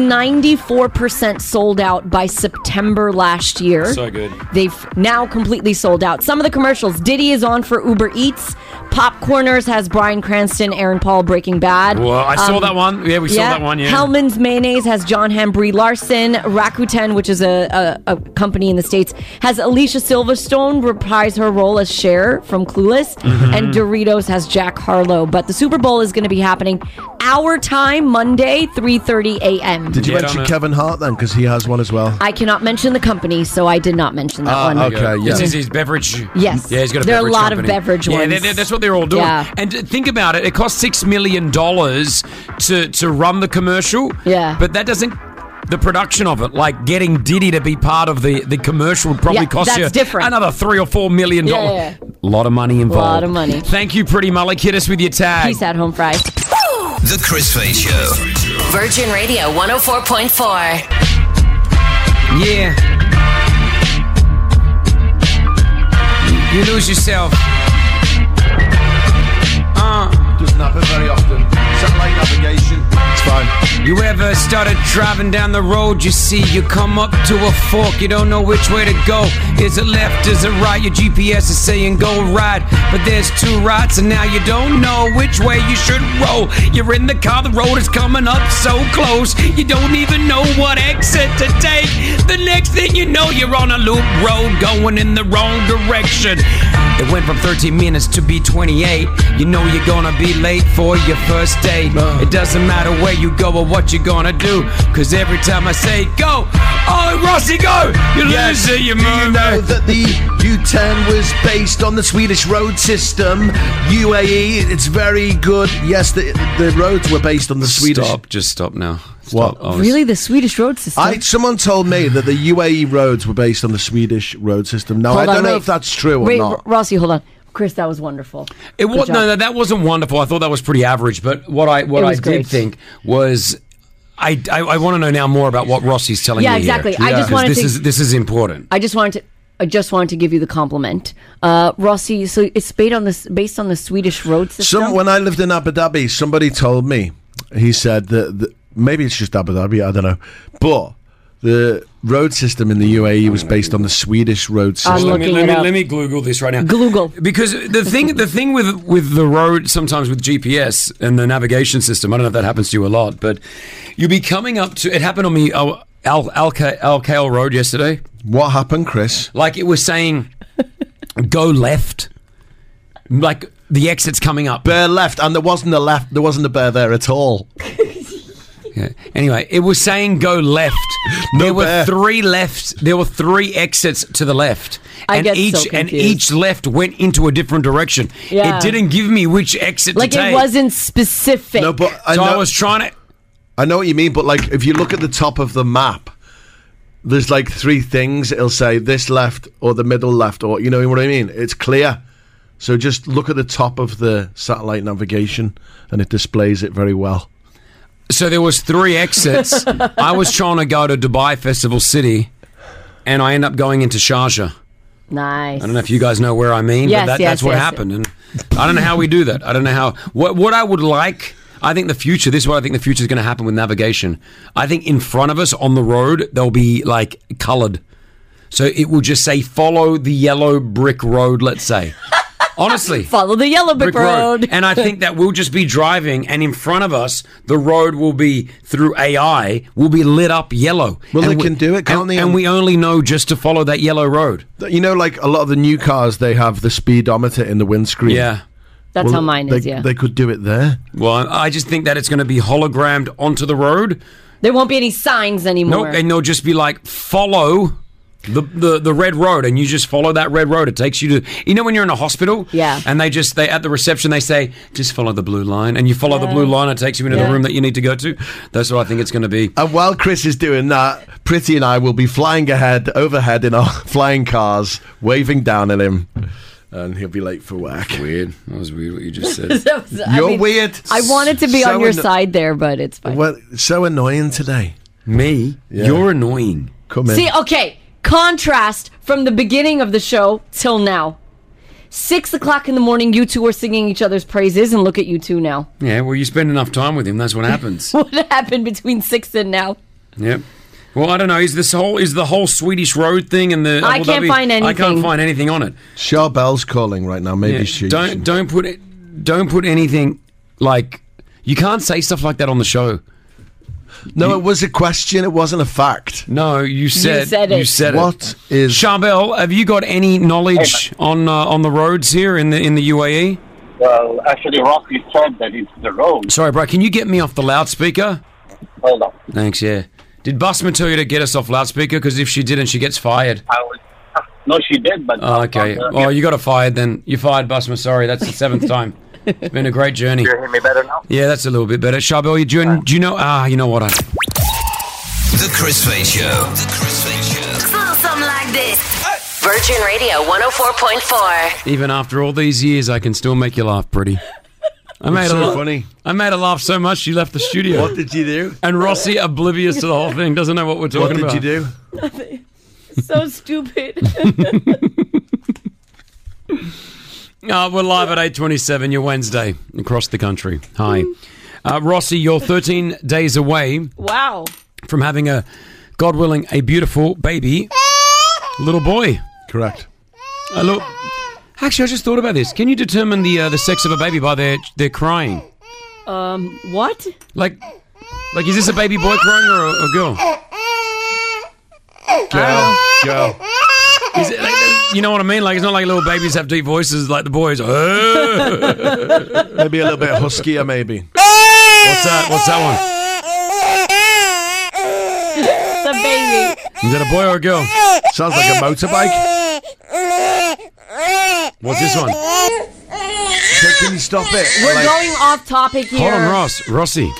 Speaker 7: 94% sold out by September last year.
Speaker 4: So good.
Speaker 7: They've now completely sold out. Some of the commercials Diddy is on for Uber Eats. Popcorners has Brian Cranston, Aaron Paul, Breaking Bad.
Speaker 4: Well, I saw
Speaker 7: Um,
Speaker 4: that one. Yeah, we saw that one. Yeah.
Speaker 7: Hellman's Mayonnaise has John Ham, Brie Larson. Rakuten, which is a, a, a company in the States, has Alicia Silverstone reprise her role as Cher from Clueless.
Speaker 4: Mm-hmm.
Speaker 18: Mhm.
Speaker 7: And Doritos has Jack Harlow. But the Super Bowl is going to be happening our time, Monday, 3.30 a.m.
Speaker 6: Did you mention Kevin Hart then? Because he has one as well.
Speaker 7: I cannot mention the company, so I did not mention that
Speaker 6: Ah,
Speaker 7: one.
Speaker 6: okay, yeah.
Speaker 4: This is his beverage.
Speaker 7: Yes.
Speaker 4: Yeah, he's got a
Speaker 7: There are a
Speaker 4: beverage
Speaker 7: lot of
Speaker 4: company.
Speaker 7: beverage
Speaker 4: yeah,
Speaker 7: ones.
Speaker 4: they're- they're- that's what they're all doing.
Speaker 7: Yeah.
Speaker 4: And think about it. It costs six million dollars to to run the commercial.
Speaker 7: Yeah.
Speaker 4: But that doesn't. The production of it, like getting Diddy to be part of the, the commercial, would probably
Speaker 7: Yeah,
Speaker 4: cost
Speaker 7: that's
Speaker 4: you
Speaker 7: different.
Speaker 4: another three or four million
Speaker 7: Yeah,
Speaker 4: dollars.
Speaker 7: yeah,
Speaker 4: lot of money involved.
Speaker 7: Lot of money.
Speaker 4: Thank you, Pretty Mullik. Hit us with your tag.
Speaker 7: Peace out, home fries.
Speaker 2: The Chris Fade Show.
Speaker 3: Virgin Radio 104.4.
Speaker 4: Yeah. You lose yourself.
Speaker 6: Doesn't happen very often. Satellite navigation. It's fine.
Speaker 4: You ever started driving down the road? You see, you come up to a fork, you don't know which way to go. Is it left? Is it right? Your GPS is saying go right, but there's two rights, and now you don't know which way you should roll. You're in the car, the road is coming up so close, you don't even know what exit to take. The next thing you know, you're on a loop road going in the wrong direction. It went from 13 minutes to be 28. You know you're gonna be late for your first date.
Speaker 2: Uh.
Speaker 6: Uh.
Speaker 4: It doesn't matter where you go or what you're gonna do. Cause every time I say go, oh Rossi go! You
Speaker 6: Yes.
Speaker 4: lose it, you
Speaker 6: Do you
Speaker 4: move
Speaker 6: know that the U10 was based on the Swedish road system? UAE, it's very good. Yes, the, the roads were based on the Swedish.
Speaker 4: just stop now. What? Oh.
Speaker 7: Really, the Swedish road system?
Speaker 6: I, someone told me that the UAE roads were based on the Swedish road system. Now,
Speaker 7: Hold
Speaker 6: I
Speaker 7: on,
Speaker 6: don't know
Speaker 7: wait.
Speaker 6: if that's true or
Speaker 7: Wait,
Speaker 6: not.
Speaker 7: R- Rossi, hold on. Chris, that was wonderful.
Speaker 4: It
Speaker 7: Good
Speaker 4: was
Speaker 7: job.
Speaker 4: no, no, that wasn't wonderful. I thought that was pretty average. But what I what
Speaker 7: It
Speaker 4: I
Speaker 7: was
Speaker 4: did
Speaker 7: great.
Speaker 4: think was. I, I, I want to know now more about what Rossi's telling
Speaker 7: Yeah,
Speaker 4: me. here.
Speaker 7: exactly. I just
Speaker 4: Because
Speaker 7: wanted
Speaker 4: this
Speaker 7: to-
Speaker 4: is this is important.
Speaker 7: I just wanted to. I just wanted to give you the compliment, uh, Rossi. So it's based on this, based on the Swedish road system.
Speaker 6: Some, when I lived in Abu Dhabi, somebody told me, he said that, that maybe it's just Abu Dhabi, I don't know, but the road system in the UAE was based on the Swedish road system.
Speaker 7: Um,
Speaker 4: Let me, let, me, let me Google this right now.
Speaker 7: Google
Speaker 4: because the thing the thing with with the road sometimes with GPS and the navigation system. I don't know if that happens to you a lot, but you'll be coming up to. It happened on me Al Al Alca- Alcale Road yesterday.
Speaker 6: What happened, Chris?
Speaker 4: Like it was saying, go left. Like the exit's coming up.
Speaker 6: Bare left, and there wasn't a left. There wasn't a bear there at all.
Speaker 4: Yeah. Anyway, it was saying go left. there were three lefts. There were three exits to the left,
Speaker 7: I
Speaker 4: and
Speaker 7: get so
Speaker 4: each and
Speaker 7: confused.
Speaker 4: each left went into a different direction.
Speaker 7: Yeah.
Speaker 4: It didn't give me which exit
Speaker 7: like
Speaker 4: to take.
Speaker 7: it wasn't specific.
Speaker 6: No, but I,
Speaker 4: So I
Speaker 6: know,
Speaker 4: was trying to.
Speaker 6: I know what you mean, but like if you look at the top of the map, there's like three things. It'll say this left or the middle left, or you know what I mean. It's clear. So just look at the top of the satellite navigation, and it displays it very well.
Speaker 4: So there was three exits. I was trying to go to Dubai Festival City, and I end up going into Sharjah.
Speaker 7: nice.
Speaker 4: I don't know if you guys know where I mean,
Speaker 7: Yes,
Speaker 4: but that,
Speaker 7: yes,
Speaker 4: that's what
Speaker 7: yes.
Speaker 4: happened. And I don't know how we do that. I don't know how. What what I would like. I think the future. This is what I think the future is going to happen with navigation. I think in front of us on the road they'll be like coloured, so it will just say follow the yellow brick road. Let's say. Honestly,
Speaker 7: follow the yellow brick road.
Speaker 4: and I think that we'll just be driving, and in front of us, the road will be through AI will be lit up yellow.
Speaker 6: Well,
Speaker 4: and
Speaker 6: they can do it, can't
Speaker 4: and,
Speaker 6: they?
Speaker 4: And we only know just to follow that yellow road.
Speaker 6: You know, like a lot of the new cars, they have the speedometer in the windscreen.
Speaker 4: Yeah.
Speaker 7: That's how mine is,
Speaker 6: they-
Speaker 7: yeah.
Speaker 6: they could do it there.
Speaker 4: Well, I I just think that it's going to be hologrammed onto the road.
Speaker 7: There won't be any signs
Speaker 4: No,
Speaker 7: anymore.
Speaker 4: and they'll just be like, follow the, the the red road, and you just follow that red road. It takes you to you know when you're in a hospital,
Speaker 7: Yeah.
Speaker 4: And they just they at the reception they say just follow the blue line, and you follow the blue line. It takes you into
Speaker 6: Yeah.
Speaker 4: the room that you need to go to. That's what I think it's going to be.
Speaker 6: And while Chris is doing that, Pretty and I will be flying ahead, overhead in our flying cars, waving down at him. And he'll be late for work.
Speaker 4: Weird. That was weird what you just said.
Speaker 7: That was- I
Speaker 6: You're
Speaker 7: mean,
Speaker 6: weird.
Speaker 7: I wanted to be
Speaker 6: So
Speaker 7: on your
Speaker 6: anno-
Speaker 7: side there, but it's fine.
Speaker 6: Well, so annoying today.
Speaker 4: Me? You're annoying.
Speaker 6: Come in.
Speaker 7: See, okay, contrast from the beginning of the show till now. Six o'clock in the morning, you two are singing each other's praises, and look at you two now.
Speaker 4: Yeah, well, you spend enough time with him. That's what happens.
Speaker 7: What happened between six and now?
Speaker 4: yep. Well, I don't know. Is this whole is the whole Swedish road thing and the
Speaker 7: I
Speaker 4: Abu
Speaker 7: can't
Speaker 4: Dhabi-
Speaker 7: find
Speaker 4: I can't
Speaker 7: anything.
Speaker 4: find anything on it.
Speaker 6: Shah Bell's calling right now. Maybe
Speaker 4: Yeah,
Speaker 6: she.
Speaker 4: don't don't put it. Don't put anything like you can't say stuff like that on the show.
Speaker 6: No, it was a question. It wasn't a fact.
Speaker 4: No, you said
Speaker 6: said it. What is-
Speaker 4: Charbel? Have you got any knowledge on uh, on the roads here in the in the E? UAE?
Speaker 17: Well, actually, Rocky said that it's the road.
Speaker 4: Sorry, bro. Can you get me off the loudspeaker?
Speaker 17: Hold on.
Speaker 4: Thanks. Yeah. Did Busman tell you to get us off loudspeaker? Because if she didn't, she gets
Speaker 1: Uh,
Speaker 4: fired.
Speaker 17: I was, no, she did, but
Speaker 4: Oh, okay. Oh, you got her fired then. You're fired, Busman. Sorry, that's the seventh time. It's been a great journey.
Speaker 17: you hear me better now?
Speaker 4: Yeah, that's a little bit better. Charbel, you do, you- do you know? Ah, you know what? I,
Speaker 2: The Chris Fade Show. The Chris Fade Show.
Speaker 3: Just a little something like this. Virgin Radio 104.4.
Speaker 4: even after all these years, I can still make you laugh, pretty. I
Speaker 6: It's
Speaker 4: made
Speaker 6: so
Speaker 4: her laugh-
Speaker 6: funny.
Speaker 4: I made her laugh so much she left the studio.
Speaker 6: What did you do?
Speaker 4: And Rossi, oblivious to the whole thing, doesn't know what we're
Speaker 6: What
Speaker 4: talking
Speaker 6: did
Speaker 4: about.
Speaker 6: you do?
Speaker 7: Nothing. So stupid.
Speaker 4: Uh, we're live at 8.27, your Wednesday, across the country. Hi. Uh, Rossi, you're 13 days away
Speaker 7: wow.
Speaker 4: from having a, God willing, a beautiful baby little boy.
Speaker 6: Correct.
Speaker 4: Uh, look, actually, I just thought about this. Can you determine the uh, the sex of a baby by their their crying?
Speaker 7: Um, what?
Speaker 4: Like, like is this a baby boy crying or a, a girl?
Speaker 6: Girl, girl.
Speaker 4: Is it like, you know what I mean? Like, it's not like little babies have deep voices like the boys. "Oh."
Speaker 6: Maybe a little bit huskier. Maybe.
Speaker 4: What's that? What's that one?
Speaker 7: It's a baby.
Speaker 4: Is that a boy or a girl?
Speaker 6: Sounds like a motorbike.
Speaker 4: What's this one?
Speaker 6: Can you stop it?
Speaker 7: We're
Speaker 6: Like-
Speaker 7: going off topic here.
Speaker 4: Hold on, Ross. Rossi.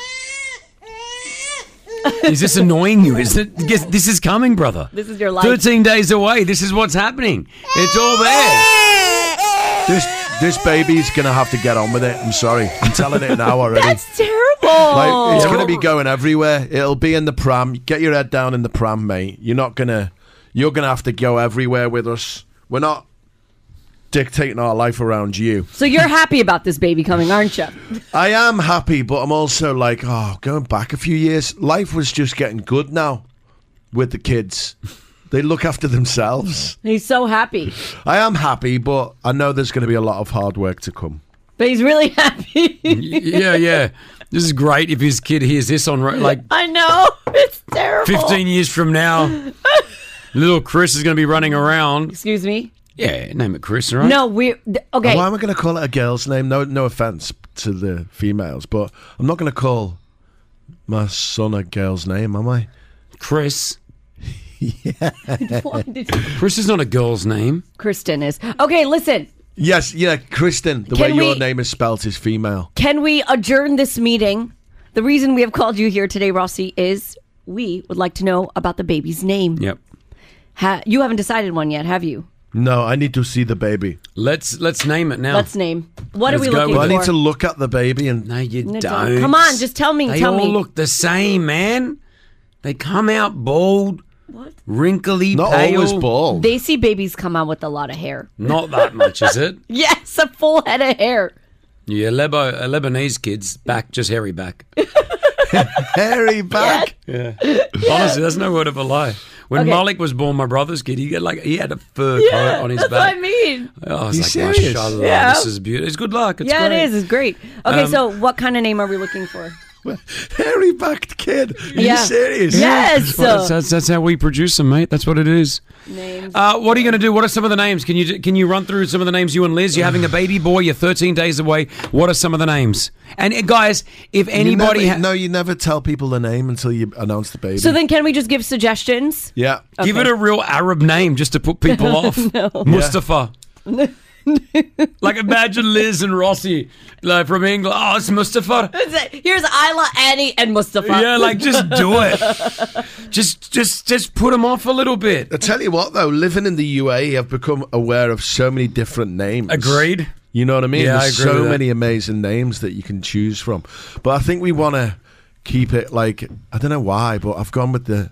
Speaker 4: Is this annoying you? Is it? Guess- This is coming, brother.
Speaker 7: This is your life.
Speaker 4: 13 days away. This is what's happening. It's all there.
Speaker 6: This this baby's gonna have to get on with it. I'm sorry. I'm telling it now already.
Speaker 7: That's terrible.
Speaker 6: Like it's gonna be going everywhere. It'll be in the pram. Get your head down in the pram, mate. You're not gonna. You're gonna have to go everywhere with us. We're not dictating our life around you.
Speaker 7: So you're happy about this baby coming, aren't you?
Speaker 6: I am happy, but I'm also like, oh, going back a few years, life was just getting good now. with the kids. They look after themselves.
Speaker 7: He's so happy,
Speaker 6: I am happy, but I know there's going to be a lot of hard work to come.
Speaker 7: but he's really happy.
Speaker 4: yeah, yeah. This is great if his kid hears this on ro- like
Speaker 7: I know it's terrible.
Speaker 4: 15 years from now. Little Chris is going to be running around.
Speaker 7: Excuse me.
Speaker 4: Yeah, name it Chris, right?
Speaker 7: No, we okay.
Speaker 6: Why am I going to call it a girl's name? No, no offense to the females, but I'm not going to call my son a girl's name, am I?
Speaker 4: Chris.
Speaker 7: Why did-
Speaker 4: Chris is not a girl's name.
Speaker 7: Kristen is okay. Listen,
Speaker 6: Yes, yeah, Kristen. The
Speaker 7: Can
Speaker 6: way your
Speaker 7: we-
Speaker 6: name is spelt is female.
Speaker 7: Can we adjourn this meeting? The reason we have called you here today, Rossi, is we would like to know about the baby's name.
Speaker 4: Yep.
Speaker 7: Ha- you haven't decided one yet, have you?
Speaker 6: No, I need to see the baby.
Speaker 4: Let's let's name it now.
Speaker 7: Let's name. What
Speaker 4: Let's
Speaker 7: are we
Speaker 4: go
Speaker 7: looking
Speaker 4: with
Speaker 7: for?
Speaker 4: it. I need to
Speaker 6: Look at the baby and
Speaker 4: no, you
Speaker 7: No,
Speaker 4: don't.
Speaker 7: don't. Come on, just tell me,
Speaker 4: They
Speaker 7: tell
Speaker 4: all
Speaker 7: me.
Speaker 4: look the same, man. They come out bald, what? wrinkly,
Speaker 6: Not
Speaker 4: pale.
Speaker 6: always bald.
Speaker 7: They see babies come out with a lot of hair.
Speaker 4: Not that much, is it?
Speaker 7: Yes, a full head of hair.
Speaker 4: Yeah, Lebo, uh, Lebanese kids back, just hairy back.
Speaker 6: hairy back.
Speaker 4: Yeah. Honestly, that's no word of a lie. When
Speaker 7: Okay.
Speaker 4: Malik was born, my brother's kid, he had like he had a fur coat on his
Speaker 7: that's
Speaker 4: back. Oh,
Speaker 7: what I mean.
Speaker 4: I was
Speaker 6: You
Speaker 4: like,
Speaker 6: serious?
Speaker 4: mashallah,
Speaker 7: Yeah.
Speaker 4: this is beautiful. It's good luck. It's
Speaker 7: yeah,
Speaker 4: great.
Speaker 7: it is. It's great. Okay,
Speaker 4: Um,
Speaker 7: so what kind of name are we looking for?
Speaker 6: Hairy backed kid. Are
Speaker 7: Yeah.
Speaker 6: you serious?
Speaker 7: Yes.
Speaker 4: Well, that's, that's how we produce them, mate. That's what it is.
Speaker 7: Names.
Speaker 4: Uh, what are you going to do? What are some of the names? Can you can you run through some of the names? You and Liz, you're having a baby boy. You're 13 days away. What are some of the names? And uh, guys, if anybody,
Speaker 6: You
Speaker 4: ha-
Speaker 6: never- no, you never tell people the name until you announce the baby.
Speaker 7: So then, can we just give suggestions?
Speaker 6: yeah.
Speaker 4: give it a real Arab name just to put people off.
Speaker 7: No.
Speaker 4: Mustafa. like imagine Liz and Rossi, like from England. Oh, it's Mustafa.
Speaker 7: Here's Isla, Annie, and Mustafa.
Speaker 4: Yeah, like just do it. Just, just, just put them off a little bit.
Speaker 6: I tell you what, though, living in the UAE, I've become aware of so many different names.
Speaker 4: Agreed.
Speaker 6: You know what I mean?
Speaker 4: Yeah, I
Speaker 6: There's
Speaker 4: agree with
Speaker 6: so
Speaker 4: that.
Speaker 6: many amazing names that you can choose from. But I think we want to keep it like I don't know why, but I've gone with the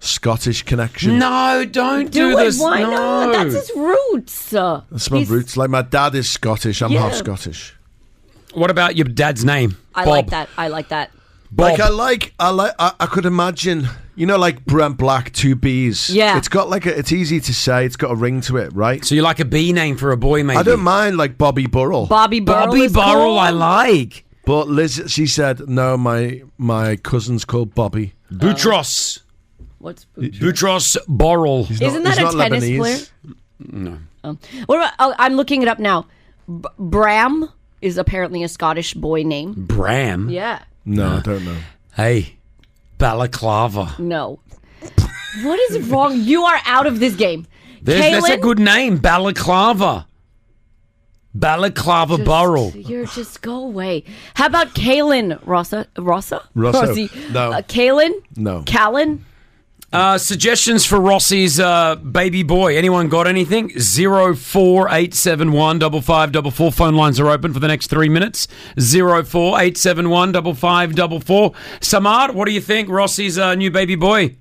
Speaker 6: Scottish connection.
Speaker 4: No, don't do,
Speaker 7: do, it.
Speaker 4: this.
Speaker 7: Why
Speaker 4: no.
Speaker 7: not? That's his roots.
Speaker 6: That's my
Speaker 7: He's-
Speaker 6: roots. Like my dad is Scottish. I'm
Speaker 7: Yeah.
Speaker 6: half Scottish.
Speaker 4: What about your dad's name?
Speaker 7: I like that. I like that.
Speaker 6: Like I like I like I, I could imagine you know like Brent Black two B's.
Speaker 7: Yeah.
Speaker 6: It's got like a, it's easy to say. It's got a ring to it, right?
Speaker 4: So you like a B name for a boy, maybe?
Speaker 6: I don't mind like Bobby Burrell.
Speaker 7: Bobby Burrell.
Speaker 4: Bobby
Speaker 7: is
Speaker 4: Burrell,
Speaker 7: cool.
Speaker 4: I like.
Speaker 6: But Liz, she said, no, my my cousin's called Bobby.
Speaker 4: Boutros.
Speaker 7: What's
Speaker 4: Boutros Borrell.
Speaker 7: Isn't that a tennis player?
Speaker 4: No.
Speaker 7: Um, what about? Oh, I'm looking it up now. B- Bram is apparently a Scottish boy name.
Speaker 4: Bram.
Speaker 7: Yeah.
Speaker 6: No, I don't know.
Speaker 4: Hey, Balaclava.
Speaker 7: No. what is wrong? You are out of this game.
Speaker 4: There's, that's a
Speaker 7: Kaylin,
Speaker 4: good name, Balaclava. Balaclava Burrell.
Speaker 7: You're just go away. How about Kaylin Rossa? Rossa?
Speaker 4: Rosso.
Speaker 7: Rossi.
Speaker 4: No.
Speaker 7: Uh, Kaylin?
Speaker 6: No.
Speaker 7: Callan?
Speaker 4: Uh, suggestions for Rossi's uh, baby boy. Anyone got anything? Zero four eight seven one double five double four. Phone lines are open for the next three minutes. Zero four eight seven one double five double four. Samad, what do you think? Rossi's uh, new baby boy.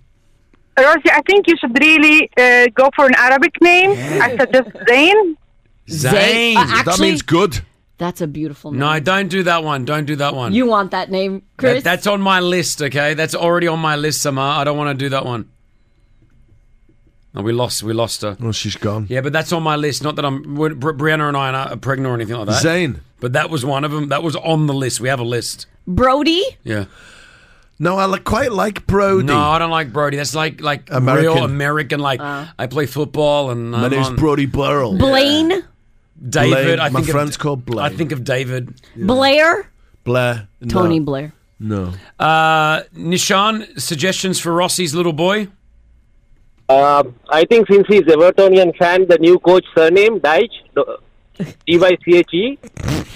Speaker 18: Rosie, I think you should really uh, go for an Arabic name. I suggest Zain.
Speaker 4: Zayn.
Speaker 7: Uh, actually- That means
Speaker 6: good.
Speaker 7: That's a beautiful name.
Speaker 4: No, don't do that one. Don't do that one.
Speaker 7: You want that name, Chris?
Speaker 4: That- that's on my list, okay? That's already on my list, Samar. I don't want to do that one. No, we lost. We lost her.
Speaker 6: Oh, she's gone.
Speaker 4: Yeah, but that's on my list. Not that I'm we're- Bri- Brianna and I are not pregnant or anything like that.
Speaker 6: Zayn.
Speaker 4: but that was one of them. That was on the list. We have a list.
Speaker 7: Brody?
Speaker 4: Yeah.
Speaker 6: No, I li- quite like Brody.
Speaker 4: No, I don't like Brody. That's like like real
Speaker 6: American.
Speaker 4: American. Like I play football and
Speaker 6: my
Speaker 4: I'm
Speaker 6: name's
Speaker 4: on-
Speaker 6: Brody Burrell.
Speaker 7: Blaine?
Speaker 4: David.
Speaker 6: Blaine.
Speaker 4: I
Speaker 6: My
Speaker 4: think
Speaker 6: friend's
Speaker 4: of,
Speaker 6: called Blaine.
Speaker 4: I think of David.
Speaker 7: Blair?
Speaker 6: Blair. No.
Speaker 7: Tony Blair.
Speaker 6: No.
Speaker 4: Uh, Nishan, suggestions for Rossi's little boy?
Speaker 19: Uh, I think since he's Evertonian fan, the new coach surname Deitch, D Y C H E.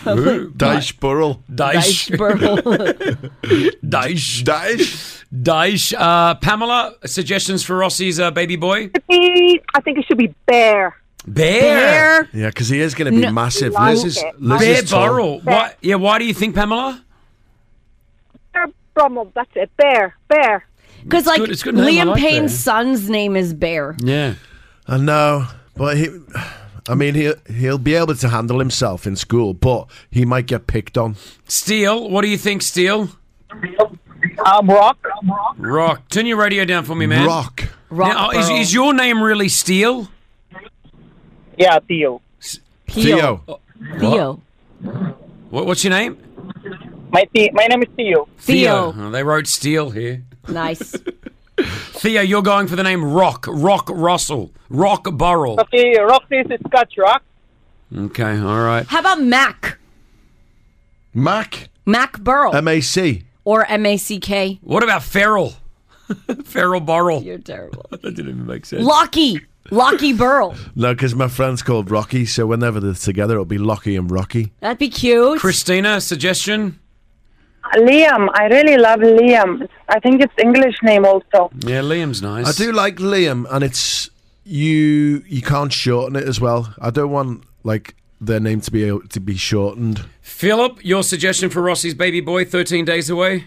Speaker 18: Oh,
Speaker 6: Daesh Burrell.
Speaker 4: Daesh. Daesh Daesh.
Speaker 6: Daesh.
Speaker 4: Daesh. Uh, Pamela, suggestions for Rossi's uh, baby boy?
Speaker 18: I think it should be Bear.
Speaker 4: Bear.
Speaker 6: Yeah, because he is going to be
Speaker 18: No.
Speaker 6: massive.
Speaker 18: Like
Speaker 6: Liz is,
Speaker 18: it.
Speaker 6: Liz
Speaker 4: Bear
Speaker 6: is tall.
Speaker 4: Burrell. Why, yeah, why do you think, Pamela?
Speaker 18: Bear Brummel. That's it. Bear. Bear.
Speaker 7: Because, like,
Speaker 6: good- it's a good name. I
Speaker 7: Liam
Speaker 6: like
Speaker 7: Payne's
Speaker 6: that.
Speaker 7: son's name is Bear.
Speaker 4: Yeah.
Speaker 6: I know, but he. I mean, he he'll be able to handle himself in school, but he might get picked on.
Speaker 4: Steele, what do you think, Steele?
Speaker 19: I'm Rock.
Speaker 4: Rock. Turn your radio down for me, man. Rock.
Speaker 19: Rock,
Speaker 4: Now, oh, is,
Speaker 19: bro.
Speaker 4: is your name really Steele?
Speaker 19: Yeah, Theo.
Speaker 4: Theo.
Speaker 7: Theo.
Speaker 4: What, what's your name?
Speaker 19: My th- my name is Theo.
Speaker 4: Oh, they wrote Steele here.
Speaker 7: Nice.
Speaker 4: Theo, you're going for the name Rock. Rock Russell. Rock Burrell.
Speaker 19: Okay, Rock is Scotch Rock.
Speaker 4: Okay, all right.
Speaker 7: How about Mac?
Speaker 4: Mac.
Speaker 7: Mac Burl.
Speaker 4: Um, M-A-C.
Speaker 7: or M A C K.
Speaker 4: What about Ferrell? Ferrell Burrell. You're
Speaker 7: terrible.
Speaker 4: that didn't even make sense.
Speaker 7: Lockie. Lockie Burl.
Speaker 6: No, because my friend's called Rocky, so whenever they're together, it'll be Lockie and Rocky.
Speaker 7: That'd be cute.
Speaker 4: Christina, suggestion?
Speaker 18: Liam. I really love Liam. I think it's English name also.
Speaker 4: Yeah, Liam's nice.
Speaker 6: I do like Liam, and it's you. You can't shorten it as well. I don't want like their name to be to be shortened.
Speaker 4: Philip, your suggestion for Rossi's baby boy, 13 days away?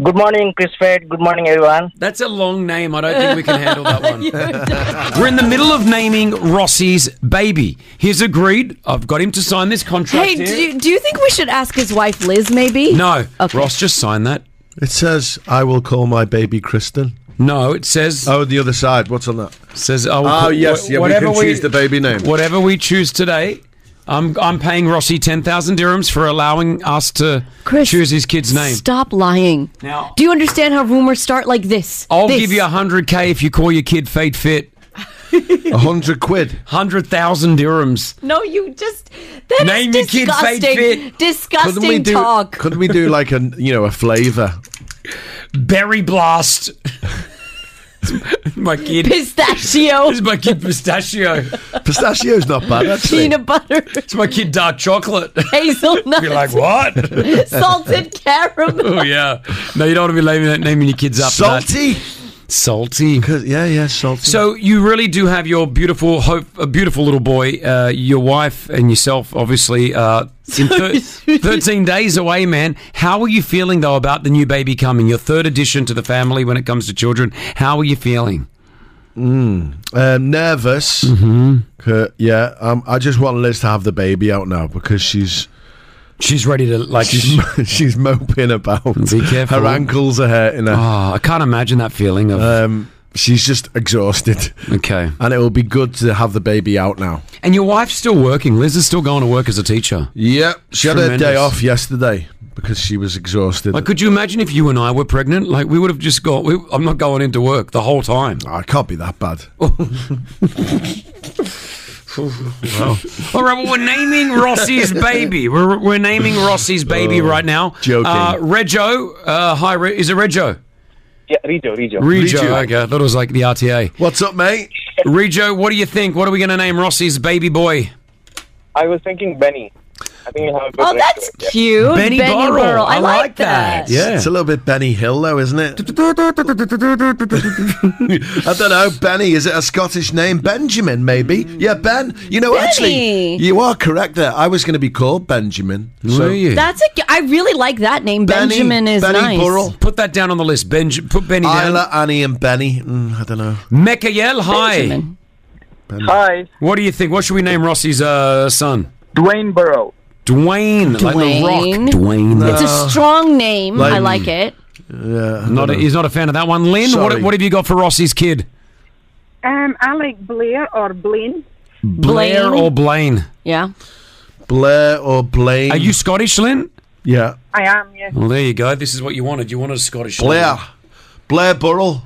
Speaker 19: Good morning, Chris Fred. Good morning, everyone.
Speaker 4: That's a long name. I don't think we can handle that one. We're in the middle of naming Rossi's baby. He's agreed. I've got him to sign this contract.
Speaker 7: Hey,
Speaker 4: here.
Speaker 7: do you, do you think we should ask his wife Liz maybe?
Speaker 4: No. Ross, just sign that.
Speaker 6: It says, "I will call my baby Kristen."
Speaker 4: No, it says.
Speaker 6: Oh, the other side. What's on that?
Speaker 4: Says, "Oh,
Speaker 6: oh yes,
Speaker 4: wh-
Speaker 6: yeah. We
Speaker 4: whatever
Speaker 6: can
Speaker 4: we-
Speaker 6: choose the baby name.
Speaker 4: Whatever we choose today, I'm, I'm paying Rossi 10,000 dirhams for allowing us to choose his kid's name.
Speaker 7: Stop lying.
Speaker 4: Now-
Speaker 7: Do you understand how rumors start like this?
Speaker 4: I'll
Speaker 7: This.
Speaker 4: give you 100K if you call your kid Fade Fit.
Speaker 6: 100 quid.
Speaker 4: 100,000 dirhams.
Speaker 7: No, you just that is
Speaker 4: Name your kid Fade
Speaker 7: disgusting.
Speaker 4: Fit.
Speaker 7: Disgusting
Speaker 6: we do?
Speaker 7: talk.
Speaker 6: Couldn't we do like a you know a flavour?
Speaker 4: Berry blast. my kid.
Speaker 7: Pistachio.
Speaker 4: this is my kid pistachio.
Speaker 6: Pistachio's not bad. Actually.
Speaker 7: Peanut butter.
Speaker 4: It's my kid dark chocolate.
Speaker 7: Hazelnut.
Speaker 4: You're like, what?
Speaker 7: Salted caramel.
Speaker 4: oh, yeah. No, you don't want to be naming, naming your kids up. for that.
Speaker 6: Salty.
Speaker 4: Salty.
Speaker 6: Yeah, yeah, salty.
Speaker 4: So you really do have your beautiful hope, a beautiful little boy, uh, your wife and yourself, obviously, uh, in thir- thirteen days away, man. How are you feeling though about the new baby coming? Your third addition to the family when it comes to children. How are you feeling?
Speaker 6: Mm. Uh, nervous. Uh, yeah, um, I just want Liz to have the baby out now because she's
Speaker 4: she's ready to like
Speaker 6: she's, mo- she's moping about.
Speaker 4: Be careful.
Speaker 6: Her ankles are hurting her.
Speaker 4: Oh, I can't imagine that feeling of.
Speaker 6: Um, she's just exhausted.
Speaker 4: Okay,
Speaker 6: and it will be good to have the baby out now.
Speaker 4: And your wife's still working. Liz is still going to work as a teacher.
Speaker 6: Yep, she had her day
Speaker 4: Tremendous.
Speaker 6: off yesterday because she was exhausted.
Speaker 4: Like, could you imagine if you and I were pregnant? Like, we would have just got. We, I'm not going into work the whole time.
Speaker 6: I Ah, can't be that bad.
Speaker 4: Wow. All right, well, we're naming Rossi's baby. We're, we're naming Rossi's baby right now.
Speaker 6: joking.
Speaker 4: Uh, Rego. Uh, hi, Re- is it Rego?
Speaker 19: Yeah, Rijo, Rijo.
Speaker 4: Rego. Okay, I thought it was like the RTA.
Speaker 6: What's up, mate?
Speaker 4: Rego, what do you think? What are we going to name Rossi's baby boy?
Speaker 19: I was thinking Benny. I think you'll have a good
Speaker 7: Oh,
Speaker 19: rest
Speaker 7: that's
Speaker 19: of it, yeah.
Speaker 7: cute.
Speaker 4: Benny Burrell.
Speaker 7: Burrell. I,
Speaker 4: I
Speaker 7: like,
Speaker 4: like that.
Speaker 6: Yeah, it's a little bit Benny Hill, though, isn't it? I don't know, Benny. Is it a Scottish name? Benjamin, maybe. Yeah, Ben. You know, actually,
Speaker 7: Benny.
Speaker 6: you are correct there. I was going to be called Benjamin. So
Speaker 7: That's a. cu- I really like that name.
Speaker 6: Benny-
Speaker 7: Benjamin is
Speaker 6: Benny
Speaker 7: nice.
Speaker 6: Burrell.
Speaker 4: Put that down on the list. Benj- put Benny down.
Speaker 6: Isla, Annie, and Benny. Mm, I don't know.
Speaker 4: Mekael, hi.
Speaker 19: Hi.
Speaker 4: What do you think? What should we name Rossi's uh, son?
Speaker 19: Dwayne Burrow.
Speaker 4: Dwayne, like the
Speaker 7: Dwayne.
Speaker 4: rock. Dwayne.
Speaker 7: It's a strong name. I
Speaker 4: Like-
Speaker 7: like it.
Speaker 6: Yeah,
Speaker 4: not a, he's not a fan of that one. Lynn, what,
Speaker 6: Sorry.
Speaker 4: what have you got for Rossi's kid?
Speaker 1: Um, I like Blair or Blaine.
Speaker 4: Blair or Blaine?
Speaker 7: Yeah.
Speaker 6: Blair or Blaine.
Speaker 4: Are you Scottish, Lynn?
Speaker 6: Yeah.
Speaker 1: I am, yes.
Speaker 4: Well, there you go. This is what you wanted. You wanted a Scottish
Speaker 6: Blair.
Speaker 4: name.
Speaker 6: Blair Burrell.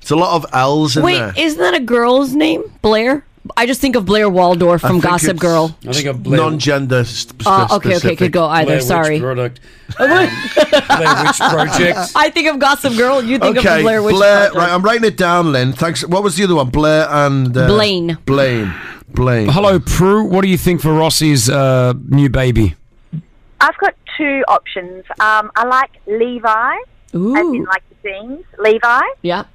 Speaker 6: It's a lot of L's in
Speaker 7: Wait,
Speaker 6: there.
Speaker 7: isn't that a girl's name? Blair. I just think of Blair Waldorf
Speaker 6: I
Speaker 7: from
Speaker 6: think
Speaker 7: Gossip
Speaker 6: it's
Speaker 7: Girl.
Speaker 4: I think a Blair.
Speaker 6: non-gender. Sp-
Speaker 7: Uh,
Speaker 6: sp-
Speaker 7: okay, okay,
Speaker 6: specific.
Speaker 7: could go either.
Speaker 4: Blair Witch
Speaker 7: sorry. Oh,
Speaker 4: Product. Um, Blair Witch Project.
Speaker 7: I think of Gossip Girl. You think of
Speaker 6: okay,
Speaker 7: the Blair Witch. Project.
Speaker 6: right, I'm writing it down, Lynn. Thanks. What was the other one? Blair and uh,
Speaker 7: Blaine.
Speaker 6: Blaine. Blaine.
Speaker 4: Hello, Prue. What do you think for Rossi's uh, new baby?
Speaker 20: I've got two options. Um, I like Levi, as in like the jeans, Levi,
Speaker 7: Yep.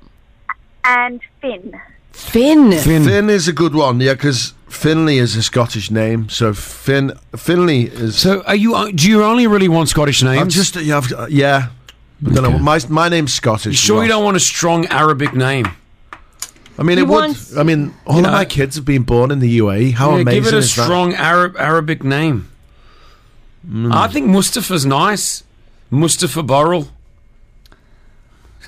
Speaker 20: and Finn.
Speaker 7: Finn.
Speaker 6: Finn. is a good one, yeah, because Finley is a Scottish name. So Finn Finley is.
Speaker 4: So are you? uh, Do you only really want Scottish names?
Speaker 6: I'm just yeah, I've, uh, yeah. I don't know. My my name's Scottish.
Speaker 4: You sure you
Speaker 6: Ross.
Speaker 4: don't want a strong Arabic name?
Speaker 6: I mean,
Speaker 4: He
Speaker 6: it would.
Speaker 4: wants-
Speaker 6: I mean, all
Speaker 4: you
Speaker 6: of
Speaker 4: know-
Speaker 6: my kids have been born in the UAE. How
Speaker 4: Yeah,
Speaker 6: amazing
Speaker 4: Give it a
Speaker 6: is that?
Speaker 4: strong Arab Arabic name.
Speaker 6: Hmm.
Speaker 4: I think Mustafa's nice. Mustafa Borrell.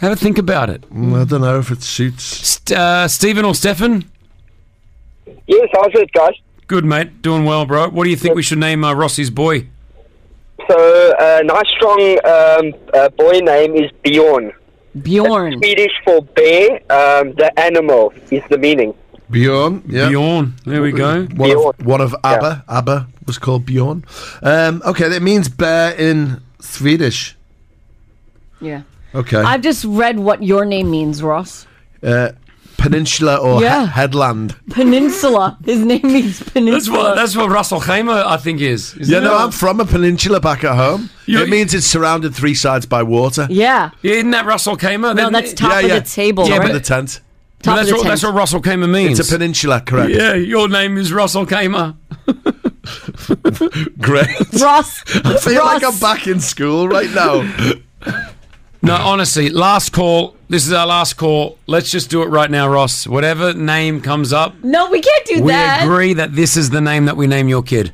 Speaker 4: Have a think about it. I don't know if it suits. St- uh, Stephen or Stefan?
Speaker 21: Yes, how's it, guys?
Speaker 4: Good, mate. Doing well, bro. What do you think we should name uh, Rossi's boy?
Speaker 21: So,
Speaker 19: uh,
Speaker 21: a nice strong um, uh, boy name is Bjorn. Bjorn. Swedish for bear. Um, the animal is the meaning.
Speaker 6: Bjorn, yeah.
Speaker 4: Bjorn, there we go.
Speaker 6: One of, one of ABBA. ABBA was called Bjorn. Um, okay, that means bear in Swedish.
Speaker 7: Yeah.
Speaker 6: Okay.
Speaker 7: I've just read what your name means, Ross.
Speaker 6: uh, peninsula or he-
Speaker 7: Yeah.
Speaker 6: headland.
Speaker 7: Peninsula. His name means
Speaker 4: That's
Speaker 7: peninsula.
Speaker 4: what that's what Russell Kramer I think is. isn't
Speaker 6: yeah, no,
Speaker 4: it?
Speaker 6: I'm from a peninsula back at home. it means it's surrounded three sides by water.
Speaker 7: Yeah.
Speaker 4: Isn't that Russell Kramer?
Speaker 7: No,
Speaker 4: Then-
Speaker 7: that's top of the table,
Speaker 6: Top
Speaker 7: right?
Speaker 6: of the tent.
Speaker 4: Top that's of the what- that's tent. what Russell Kramer means.
Speaker 6: It's a peninsula, correct?
Speaker 4: Yeah, your name is Russell Kramer.
Speaker 6: Great.
Speaker 7: Ross.
Speaker 6: I feel like I'm back in school right now.
Speaker 4: No, honestly, last call. This is our last call. Let's just do it right now, Ross. Whatever name comes up,
Speaker 7: No, we can't do
Speaker 4: we
Speaker 7: that.
Speaker 4: agree that this is the name that we name your kid.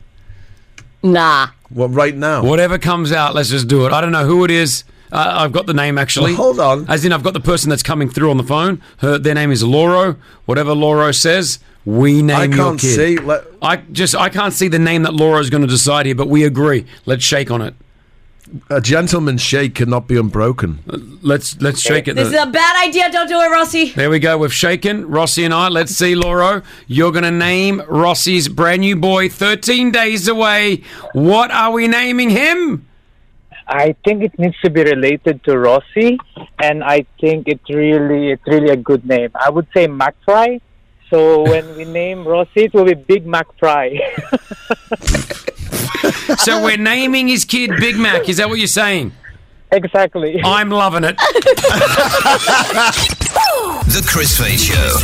Speaker 7: Nah.
Speaker 6: What right now?
Speaker 4: Whatever comes out, let's just do it. I don't know who it is. Uh, I've got the name actually.
Speaker 6: Well, hold on.
Speaker 4: As in, I've got the person that's coming through on the phone. Her, their name is Loro. Whatever Loro says, we name
Speaker 6: I
Speaker 4: your
Speaker 6: can't
Speaker 4: kid.
Speaker 6: see. Let-
Speaker 4: I just I can't see the name that Laura's going to decide here, but we agree. Let's shake on it.
Speaker 6: A gentleman's shake cannot be unbroken.
Speaker 4: Let's let's shake it.
Speaker 7: This is a bad idea. Don't do it, Rossi.
Speaker 4: There we go. We've shaken Rossi and I. Let's see, Lauro. You're going to name Rossi's brand new boy, 13 days away. What are we naming him?
Speaker 22: I think it needs to be related to Rossi, and I think it really, it's really a good name. I would say McFry. So when we name Rossi, it will be Big McFry.
Speaker 4: So we're naming his kid Big Mac. Is that what you're saying?
Speaker 22: Exactly.
Speaker 4: I'm loving it.
Speaker 2: The Chris Fade Show.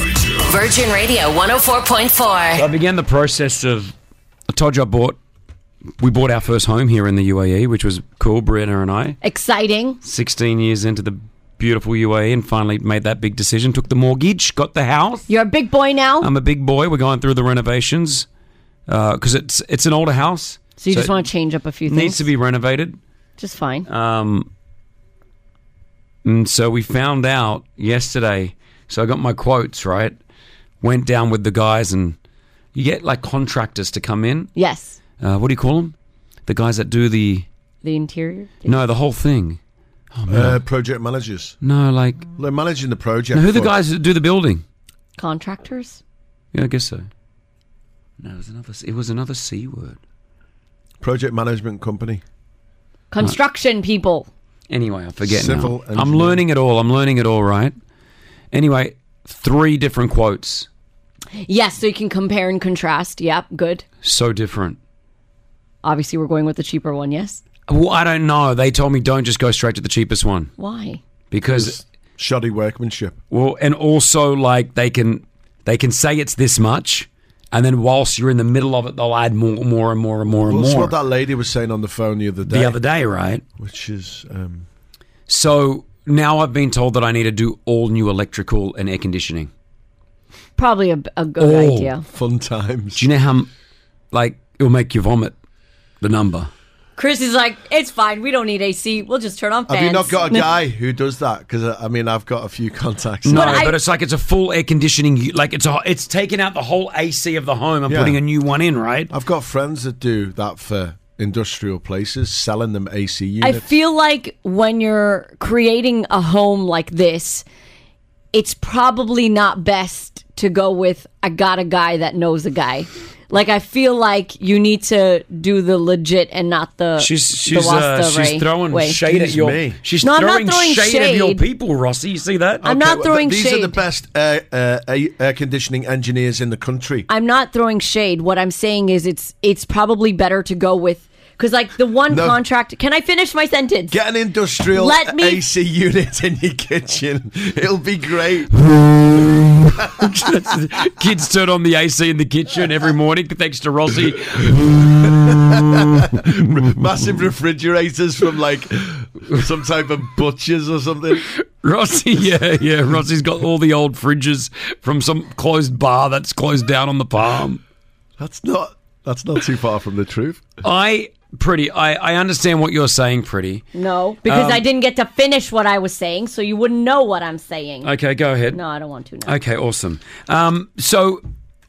Speaker 3: Virgin Radio 104.4.
Speaker 4: I began the process of. I told you I bought. We bought our first home here in the UAE, which was cool, Brianna and I.
Speaker 7: Exciting.
Speaker 4: 16 years into the beautiful UAE and finally made that big decision. Took the mortgage, got the house.
Speaker 7: You're a big boy now.
Speaker 4: I'm a big boy. We're going through the renovations because it's it's an older house.
Speaker 7: so you just want to change up a few
Speaker 4: it
Speaker 7: things.
Speaker 4: needs to be renovated.
Speaker 7: just fine.
Speaker 4: Um, and so we found out yesterday. So I got my quotes right. Went down with the guys, and you get like contractors to come in.
Speaker 7: Yes.
Speaker 4: Uh, what do you call them? The guys that do the
Speaker 7: The interior.
Speaker 4: no, the whole thing. Oh, man.
Speaker 6: Uh, project managers.
Speaker 4: no, like
Speaker 6: They're managing the project.
Speaker 4: who are the
Speaker 6: for-
Speaker 4: guys that do the building?
Speaker 7: Contractors.
Speaker 4: Yeah, I guess so. No, it was another. It was another c word.
Speaker 6: Project management company.
Speaker 7: Construction people.
Speaker 4: Anyway, I forget
Speaker 6: Civil
Speaker 4: now. I'm
Speaker 6: engineering.
Speaker 4: learning it all. I'm learning it all. Right. Anyway, three different quotes.
Speaker 7: Yes, so you can compare and contrast. Yep, good.
Speaker 4: So different.
Speaker 7: Obviously, we're going with the cheaper one. Yes.
Speaker 4: Well, I don't know. They told me don't just go straight to the cheapest one
Speaker 7: Why?
Speaker 4: because
Speaker 6: shoddy workmanship.
Speaker 4: Well, and also like they can they can say it's this much, and then whilst you're in the middle of it, they'll add more, more, and more, and more, and
Speaker 6: Well, that's
Speaker 4: more.
Speaker 6: what that lady was saying on the phone the other day.
Speaker 4: the other day, right?
Speaker 6: Which is. Um,
Speaker 4: So now I've been told that I need to do all new electrical and air conditioning.
Speaker 7: Probably a, a good
Speaker 4: Oh.
Speaker 7: idea.
Speaker 6: Fun times.
Speaker 4: Do you know how, m- like, it'll make you vomit? The number.
Speaker 7: Chris is like, it's fine. We don't need AC. We'll just turn on fans.
Speaker 6: Have you not got a guy who does that? Because I mean, I've got a few contacts.
Speaker 4: No, but it's like it's a full air conditioning. u- Like it's a, it's taking out the whole AC of the home and
Speaker 6: Yeah.
Speaker 4: putting a new one in, right?
Speaker 6: I've got friends that do that for industrial places, selling them AC
Speaker 7: I
Speaker 6: units.
Speaker 7: feel like when you're creating a home like this, it's probably not best to go with I got a guy that knows a guy. Like I feel like you need to do the legit and not the
Speaker 4: She's
Speaker 7: the
Speaker 4: she's uh,
Speaker 7: wasta
Speaker 4: she's
Speaker 7: way-
Speaker 4: throwing
Speaker 7: way.
Speaker 4: shade at your she's
Speaker 7: No, I'm not
Speaker 4: throwing,
Speaker 7: throwing
Speaker 4: shade, at your
Speaker 7: shade.
Speaker 4: people, Rossi. You see that?
Speaker 7: I'm not
Speaker 6: well, th-
Speaker 7: throwing
Speaker 6: These are the
Speaker 7: shade.
Speaker 6: best air, uh, air, air conditioning engineers in the country.
Speaker 7: I'm not throwing shade. What I'm saying is it's it's probably better to go with because like the one
Speaker 6: No.
Speaker 7: contract. Can I finish my sentence?
Speaker 6: Get an industrial
Speaker 7: Let me-
Speaker 6: AC unit in your kitchen. It'll be great.
Speaker 4: Kids turn on the AC in the kitchen every morning thanks to Rossi.
Speaker 6: Massive refrigerators from like some type of butchers or something.
Speaker 4: Rossi, yeah, yeah. Rossi's got all the old fridges from some closed bar that's closed down on the palm.
Speaker 6: That's not that's not too far from the truth.
Speaker 4: I Pretty, I, I understand what you're saying, Pretty.
Speaker 7: No, because
Speaker 4: Um,
Speaker 7: I didn't get to finish what I was saying, so you wouldn't know what I'm saying.
Speaker 4: Okay, go ahead.
Speaker 7: No, I don't want to. No.
Speaker 4: Okay, awesome. Um, so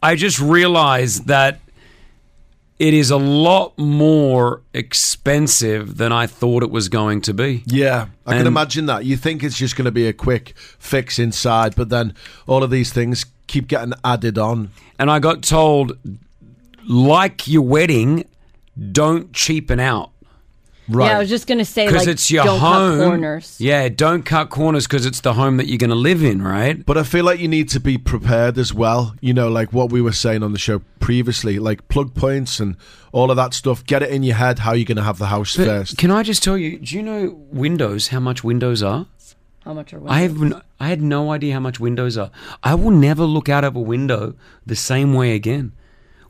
Speaker 4: I just realized that it is a lot more expensive than I thought it was going to be.
Speaker 6: Yeah,
Speaker 4: I
Speaker 6: I
Speaker 4: can
Speaker 6: can imagine that. You think it's just going to be a quick fix inside, but then all of these things keep getting added on.
Speaker 4: And I got told, like your wedding, don't cheapen out.
Speaker 7: Yeah, I was just gonna say
Speaker 4: Because
Speaker 7: like
Speaker 4: it's your
Speaker 7: don't
Speaker 4: home.
Speaker 7: cut corners.
Speaker 4: Yeah, don't cut corners because it's the home that you're going to live in, right?
Speaker 6: But I feel like you need to be prepared as well. You know, like what we were saying on the show previously, like plug points and all of that stuff. Get it in your head how you're going to have the house
Speaker 4: But
Speaker 6: first.
Speaker 4: Can I just tell you? Do you know Windows? How much Windows are?
Speaker 7: How much are we?
Speaker 4: I have n- I had no idea how much windows are. I will never look out of a window the same way again.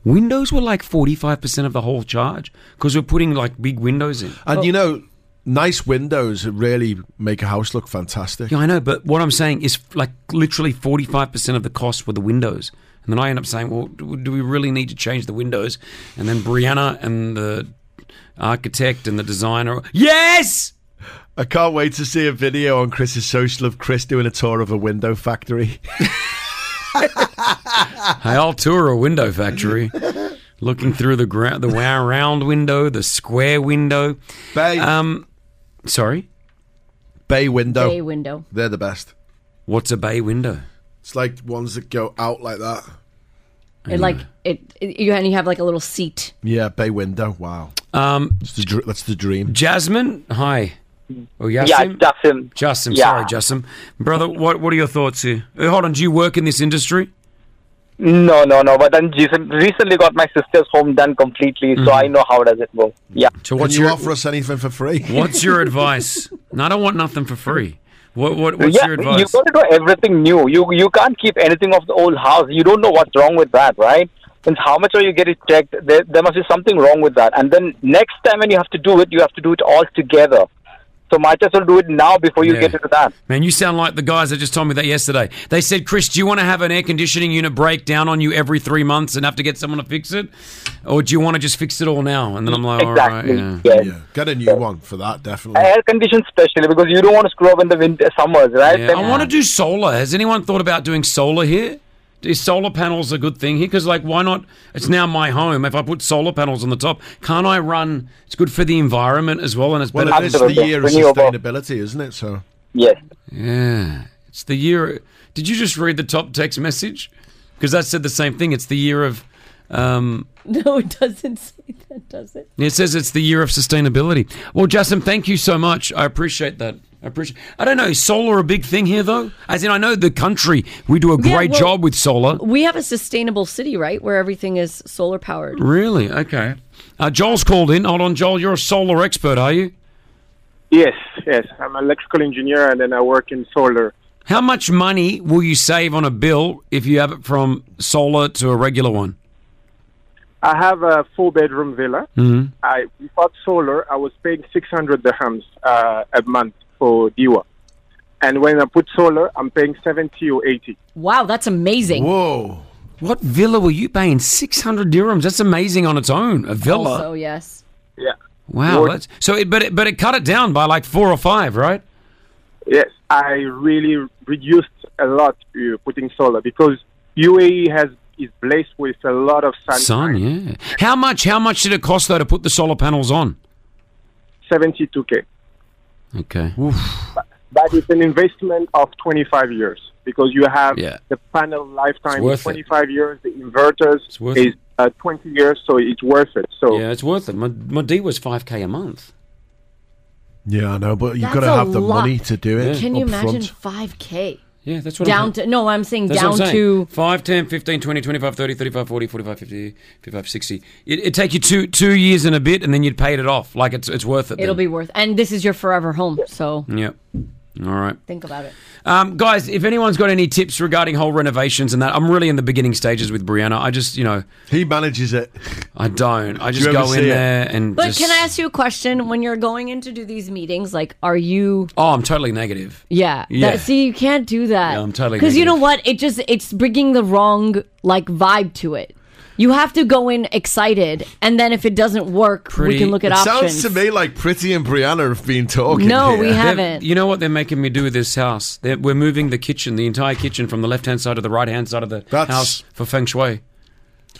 Speaker 4: Windows were like forty five percent of the whole charge because we're putting like big windows in.
Speaker 6: And you know, nice windows really make a house look fantastic.
Speaker 4: Yeah, I know, but what I'm saying is like literally forty five percent of the cost were the windows, and then I end up saying, well, do do we really need to change the windows? And then Brianna and the architect and the designer, yes.
Speaker 6: I can't wait to see a video on Chris's social of Chris doing a tour of a window factory.
Speaker 4: Hey, I'll tour a window factory, looking through the gra- the wa- round window, the square window,
Speaker 6: bay.
Speaker 4: Um, sorry,
Speaker 6: bay window.
Speaker 7: Bay window.
Speaker 6: They're the best.
Speaker 4: What's a bay window?
Speaker 6: It's like ones that go out like that.
Speaker 7: It like it, it you and you have like a little seat.
Speaker 6: Yeah, bay window. Wow.
Speaker 4: Um,
Speaker 6: that's the, dr- that's the dream.
Speaker 4: Jasmine, hi. Oh, Yasim?
Speaker 23: Yeah, Jasim.
Speaker 4: Jasim,
Speaker 23: Yeah.
Speaker 4: sorry, Jasim. Brother, what what are your thoughts here? Uh, Hold on, do you work in this industry?
Speaker 23: No, no, no. But then Jason recently got my sister's home done completely, so I know how does it go. Yeah.
Speaker 4: So what's
Speaker 6: Can you
Speaker 4: your
Speaker 6: offer us anything for free?
Speaker 4: what's your advice? No, I don't want nothing for free. What what what's
Speaker 23: yeah,
Speaker 4: your advice?
Speaker 23: you got to do everything new. You you can't keep anything of the old house. You don't know what's wrong with that, right? And how much are you getting checked? There, there must be something wrong with that. And then next time when you have to do it, you have to do it all together. So might as well do it now before you
Speaker 4: Yeah.
Speaker 23: get into that.
Speaker 4: Man, you sound like the guys that just told me that yesterday. They said, Chris, do you want to have an air conditioning unit break down on you every three months and have to get someone to fix it? Or do you want to just fix it all now? And then I'm like,
Speaker 23: exactly.
Speaker 4: all right, yeah.
Speaker 23: yes.
Speaker 6: Get a new one for that, definitely.
Speaker 23: Air condition especially because you don't want to screw up in the winter summers, right?
Speaker 4: Yeah,
Speaker 23: Then-
Speaker 4: I want to do solar. Has anyone thought about doing solar here? Is solar panels a good thing here? Because like, why not? It's now my home. If I put solar panels on the top, can't I run? It's good for the environment as well, and it's
Speaker 6: Well,
Speaker 4: better.
Speaker 6: it is the year of sustainability, isn't it? So
Speaker 23: Yes.
Speaker 4: Yeah, it's the year. Did you just read the top text message? Because that said the same thing. It's the year of. Um,
Speaker 7: No, it doesn't say that, does it?
Speaker 4: it says it's the year of sustainability. Well, Justin, thank you so much. I appreciate that. I appreciate. I don't know. Is solar a big thing here though? As in, I know the country. We do a
Speaker 7: Yeah,
Speaker 4: great
Speaker 7: well-
Speaker 4: job with solar.
Speaker 7: We have a sustainable city, right, where everything is solar powered.
Speaker 4: Really? Okay. Uh, Joel's called in. Hold on, Joel. You're a solar expert, are you?
Speaker 24: Yes, yes. I'm an electrical engineer and then I work in solar.
Speaker 4: How much money will you save on a bill if you have it from solar to a regular one?
Speaker 24: I have a four bedroom villa.
Speaker 4: Mm-hmm.
Speaker 24: I bought solar, I was paying 600 dirhams uh, a month for Diwa. And when I put solar, I'm paying 70 or 80.
Speaker 7: Wow, that's amazing.
Speaker 6: Whoa.
Speaker 4: What villa were you paying? 600 dirhams. That's amazing on its own. A villa.
Speaker 7: Also, yes.
Speaker 24: Yeah.
Speaker 4: wow.
Speaker 24: Or-
Speaker 4: That's, so, it, but, it, but it cut it down by like four or five, right?
Speaker 24: Yes, I really reduced a lot uh, putting solar because UAE has is blessed with a lot of sun.
Speaker 4: Son, yeah. How much? How much did it cost though to put the solar panels on?
Speaker 24: 72k.
Speaker 4: Okay.
Speaker 24: But it's an investment of 25 years because you have the panel
Speaker 4: It's
Speaker 24: lifetime
Speaker 4: worth
Speaker 24: is
Speaker 4: it.
Speaker 24: 25 years, the inverters
Speaker 4: worth
Speaker 24: is uh, 20 years, so it's worth it. So
Speaker 4: Yeah, it's worth it. My, my D was 5k a month.
Speaker 6: yeah, I know, but you've
Speaker 7: That's
Speaker 6: got to
Speaker 7: a
Speaker 6: have the
Speaker 7: lot.
Speaker 6: money to do it.
Speaker 7: Can you
Speaker 6: up front.
Speaker 7: imagine five k?
Speaker 4: Yeah, that's what I'm
Speaker 7: down to. No, I'm saying
Speaker 4: That's
Speaker 7: down
Speaker 4: what I'm
Speaker 7: to.
Speaker 4: saying. 5, 10, 15, 20, 25, 30, 35, 40, 45, 50, 55, 60. It, it'd take you two two years and a bit, and then you'd paid it off. Like, it's, it's worth it.
Speaker 7: It'll be worth. And this is your forever home, so
Speaker 4: be. Yep. All right.
Speaker 7: think about it.
Speaker 4: Um, guys, if anyone's got any tips regarding whole renovations and that, I'm really in the beginning stages with Brianna. I just, you know.
Speaker 6: He manages it.
Speaker 4: I don't. I
Speaker 6: Do
Speaker 4: just
Speaker 6: you ever
Speaker 4: go in
Speaker 6: see it?
Speaker 4: there and.
Speaker 7: But
Speaker 4: just-
Speaker 7: can I ask you a question? When you're going in to do these meetings, like, are you?
Speaker 4: Oh, I'm totally negative.
Speaker 7: Yeah.
Speaker 4: Yeah.
Speaker 7: That, see, you can't do that.
Speaker 4: Yeah, I'm totally
Speaker 7: Because you
Speaker 4: negative.
Speaker 7: know what? It just it's bringing the wrong like vibe to it. You have to go in excited, and then if it doesn't work, we can look at
Speaker 6: it
Speaker 7: options.
Speaker 6: sounds to me like Pretty and Brianna have been talking.
Speaker 7: No,
Speaker 6: here.
Speaker 7: we haven't.
Speaker 4: You know what they're making me do with this house? They're, we're moving the kitchen, the entire kitchen, from the left hand side to the right hand side of the house for feng shui.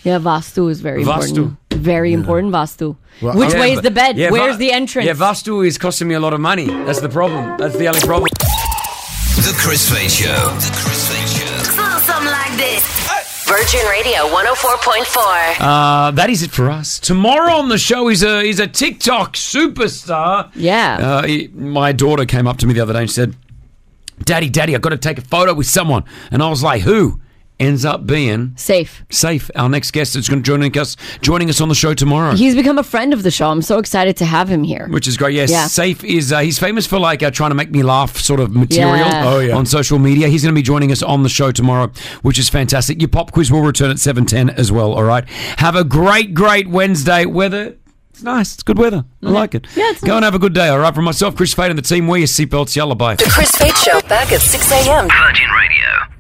Speaker 7: yeah, vastu is very
Speaker 4: Vastu.
Speaker 7: important. Very important vastu.
Speaker 4: Well,
Speaker 7: Which
Speaker 4: yeah,
Speaker 7: way is
Speaker 4: but-
Speaker 7: the bed?
Speaker 4: yeah,
Speaker 7: Where's
Speaker 4: Va-
Speaker 7: the entrance?
Speaker 4: Yeah, Vastu is costing me a lot of money. That's the problem. That's the only problem.
Speaker 2: The Chris Fade Show.
Speaker 3: Something like this. Virgin Radio 104.4.
Speaker 4: Uh, that is it for us. Tomorrow on the show is a is a TikTok superstar.
Speaker 7: Yeah.
Speaker 4: Uh, he- my daughter came up to me the other day and she said, "Daddy, Daddy, I got to take a photo with someone," and I was like, "Who?" Ends up being
Speaker 7: safe.
Speaker 4: Safe. Our next guest is going to join us joining us on the show tomorrow.
Speaker 7: He's become a friend of the show. I'm so excited to have him here.
Speaker 4: Which is great. Yes,
Speaker 7: Yeah.
Speaker 4: Safe is uh, he's famous for like uh, trying to make me laugh sort of material
Speaker 7: Yeah. Oh, yeah.
Speaker 4: on social media. He's going to be joining us on the show tomorrow, which is fantastic. Your pop quiz will return at 7:10 as well, all right? Have a great great Wednesday weather. It's nice. It's good weather. I like it. Yeah, Go and have a good day, all right? From myself, Chris Fade and the team, wear your seatbelts. Yellow, bye.
Speaker 3: The Chris Fade Show back at 6 a.m. Virgin Radio.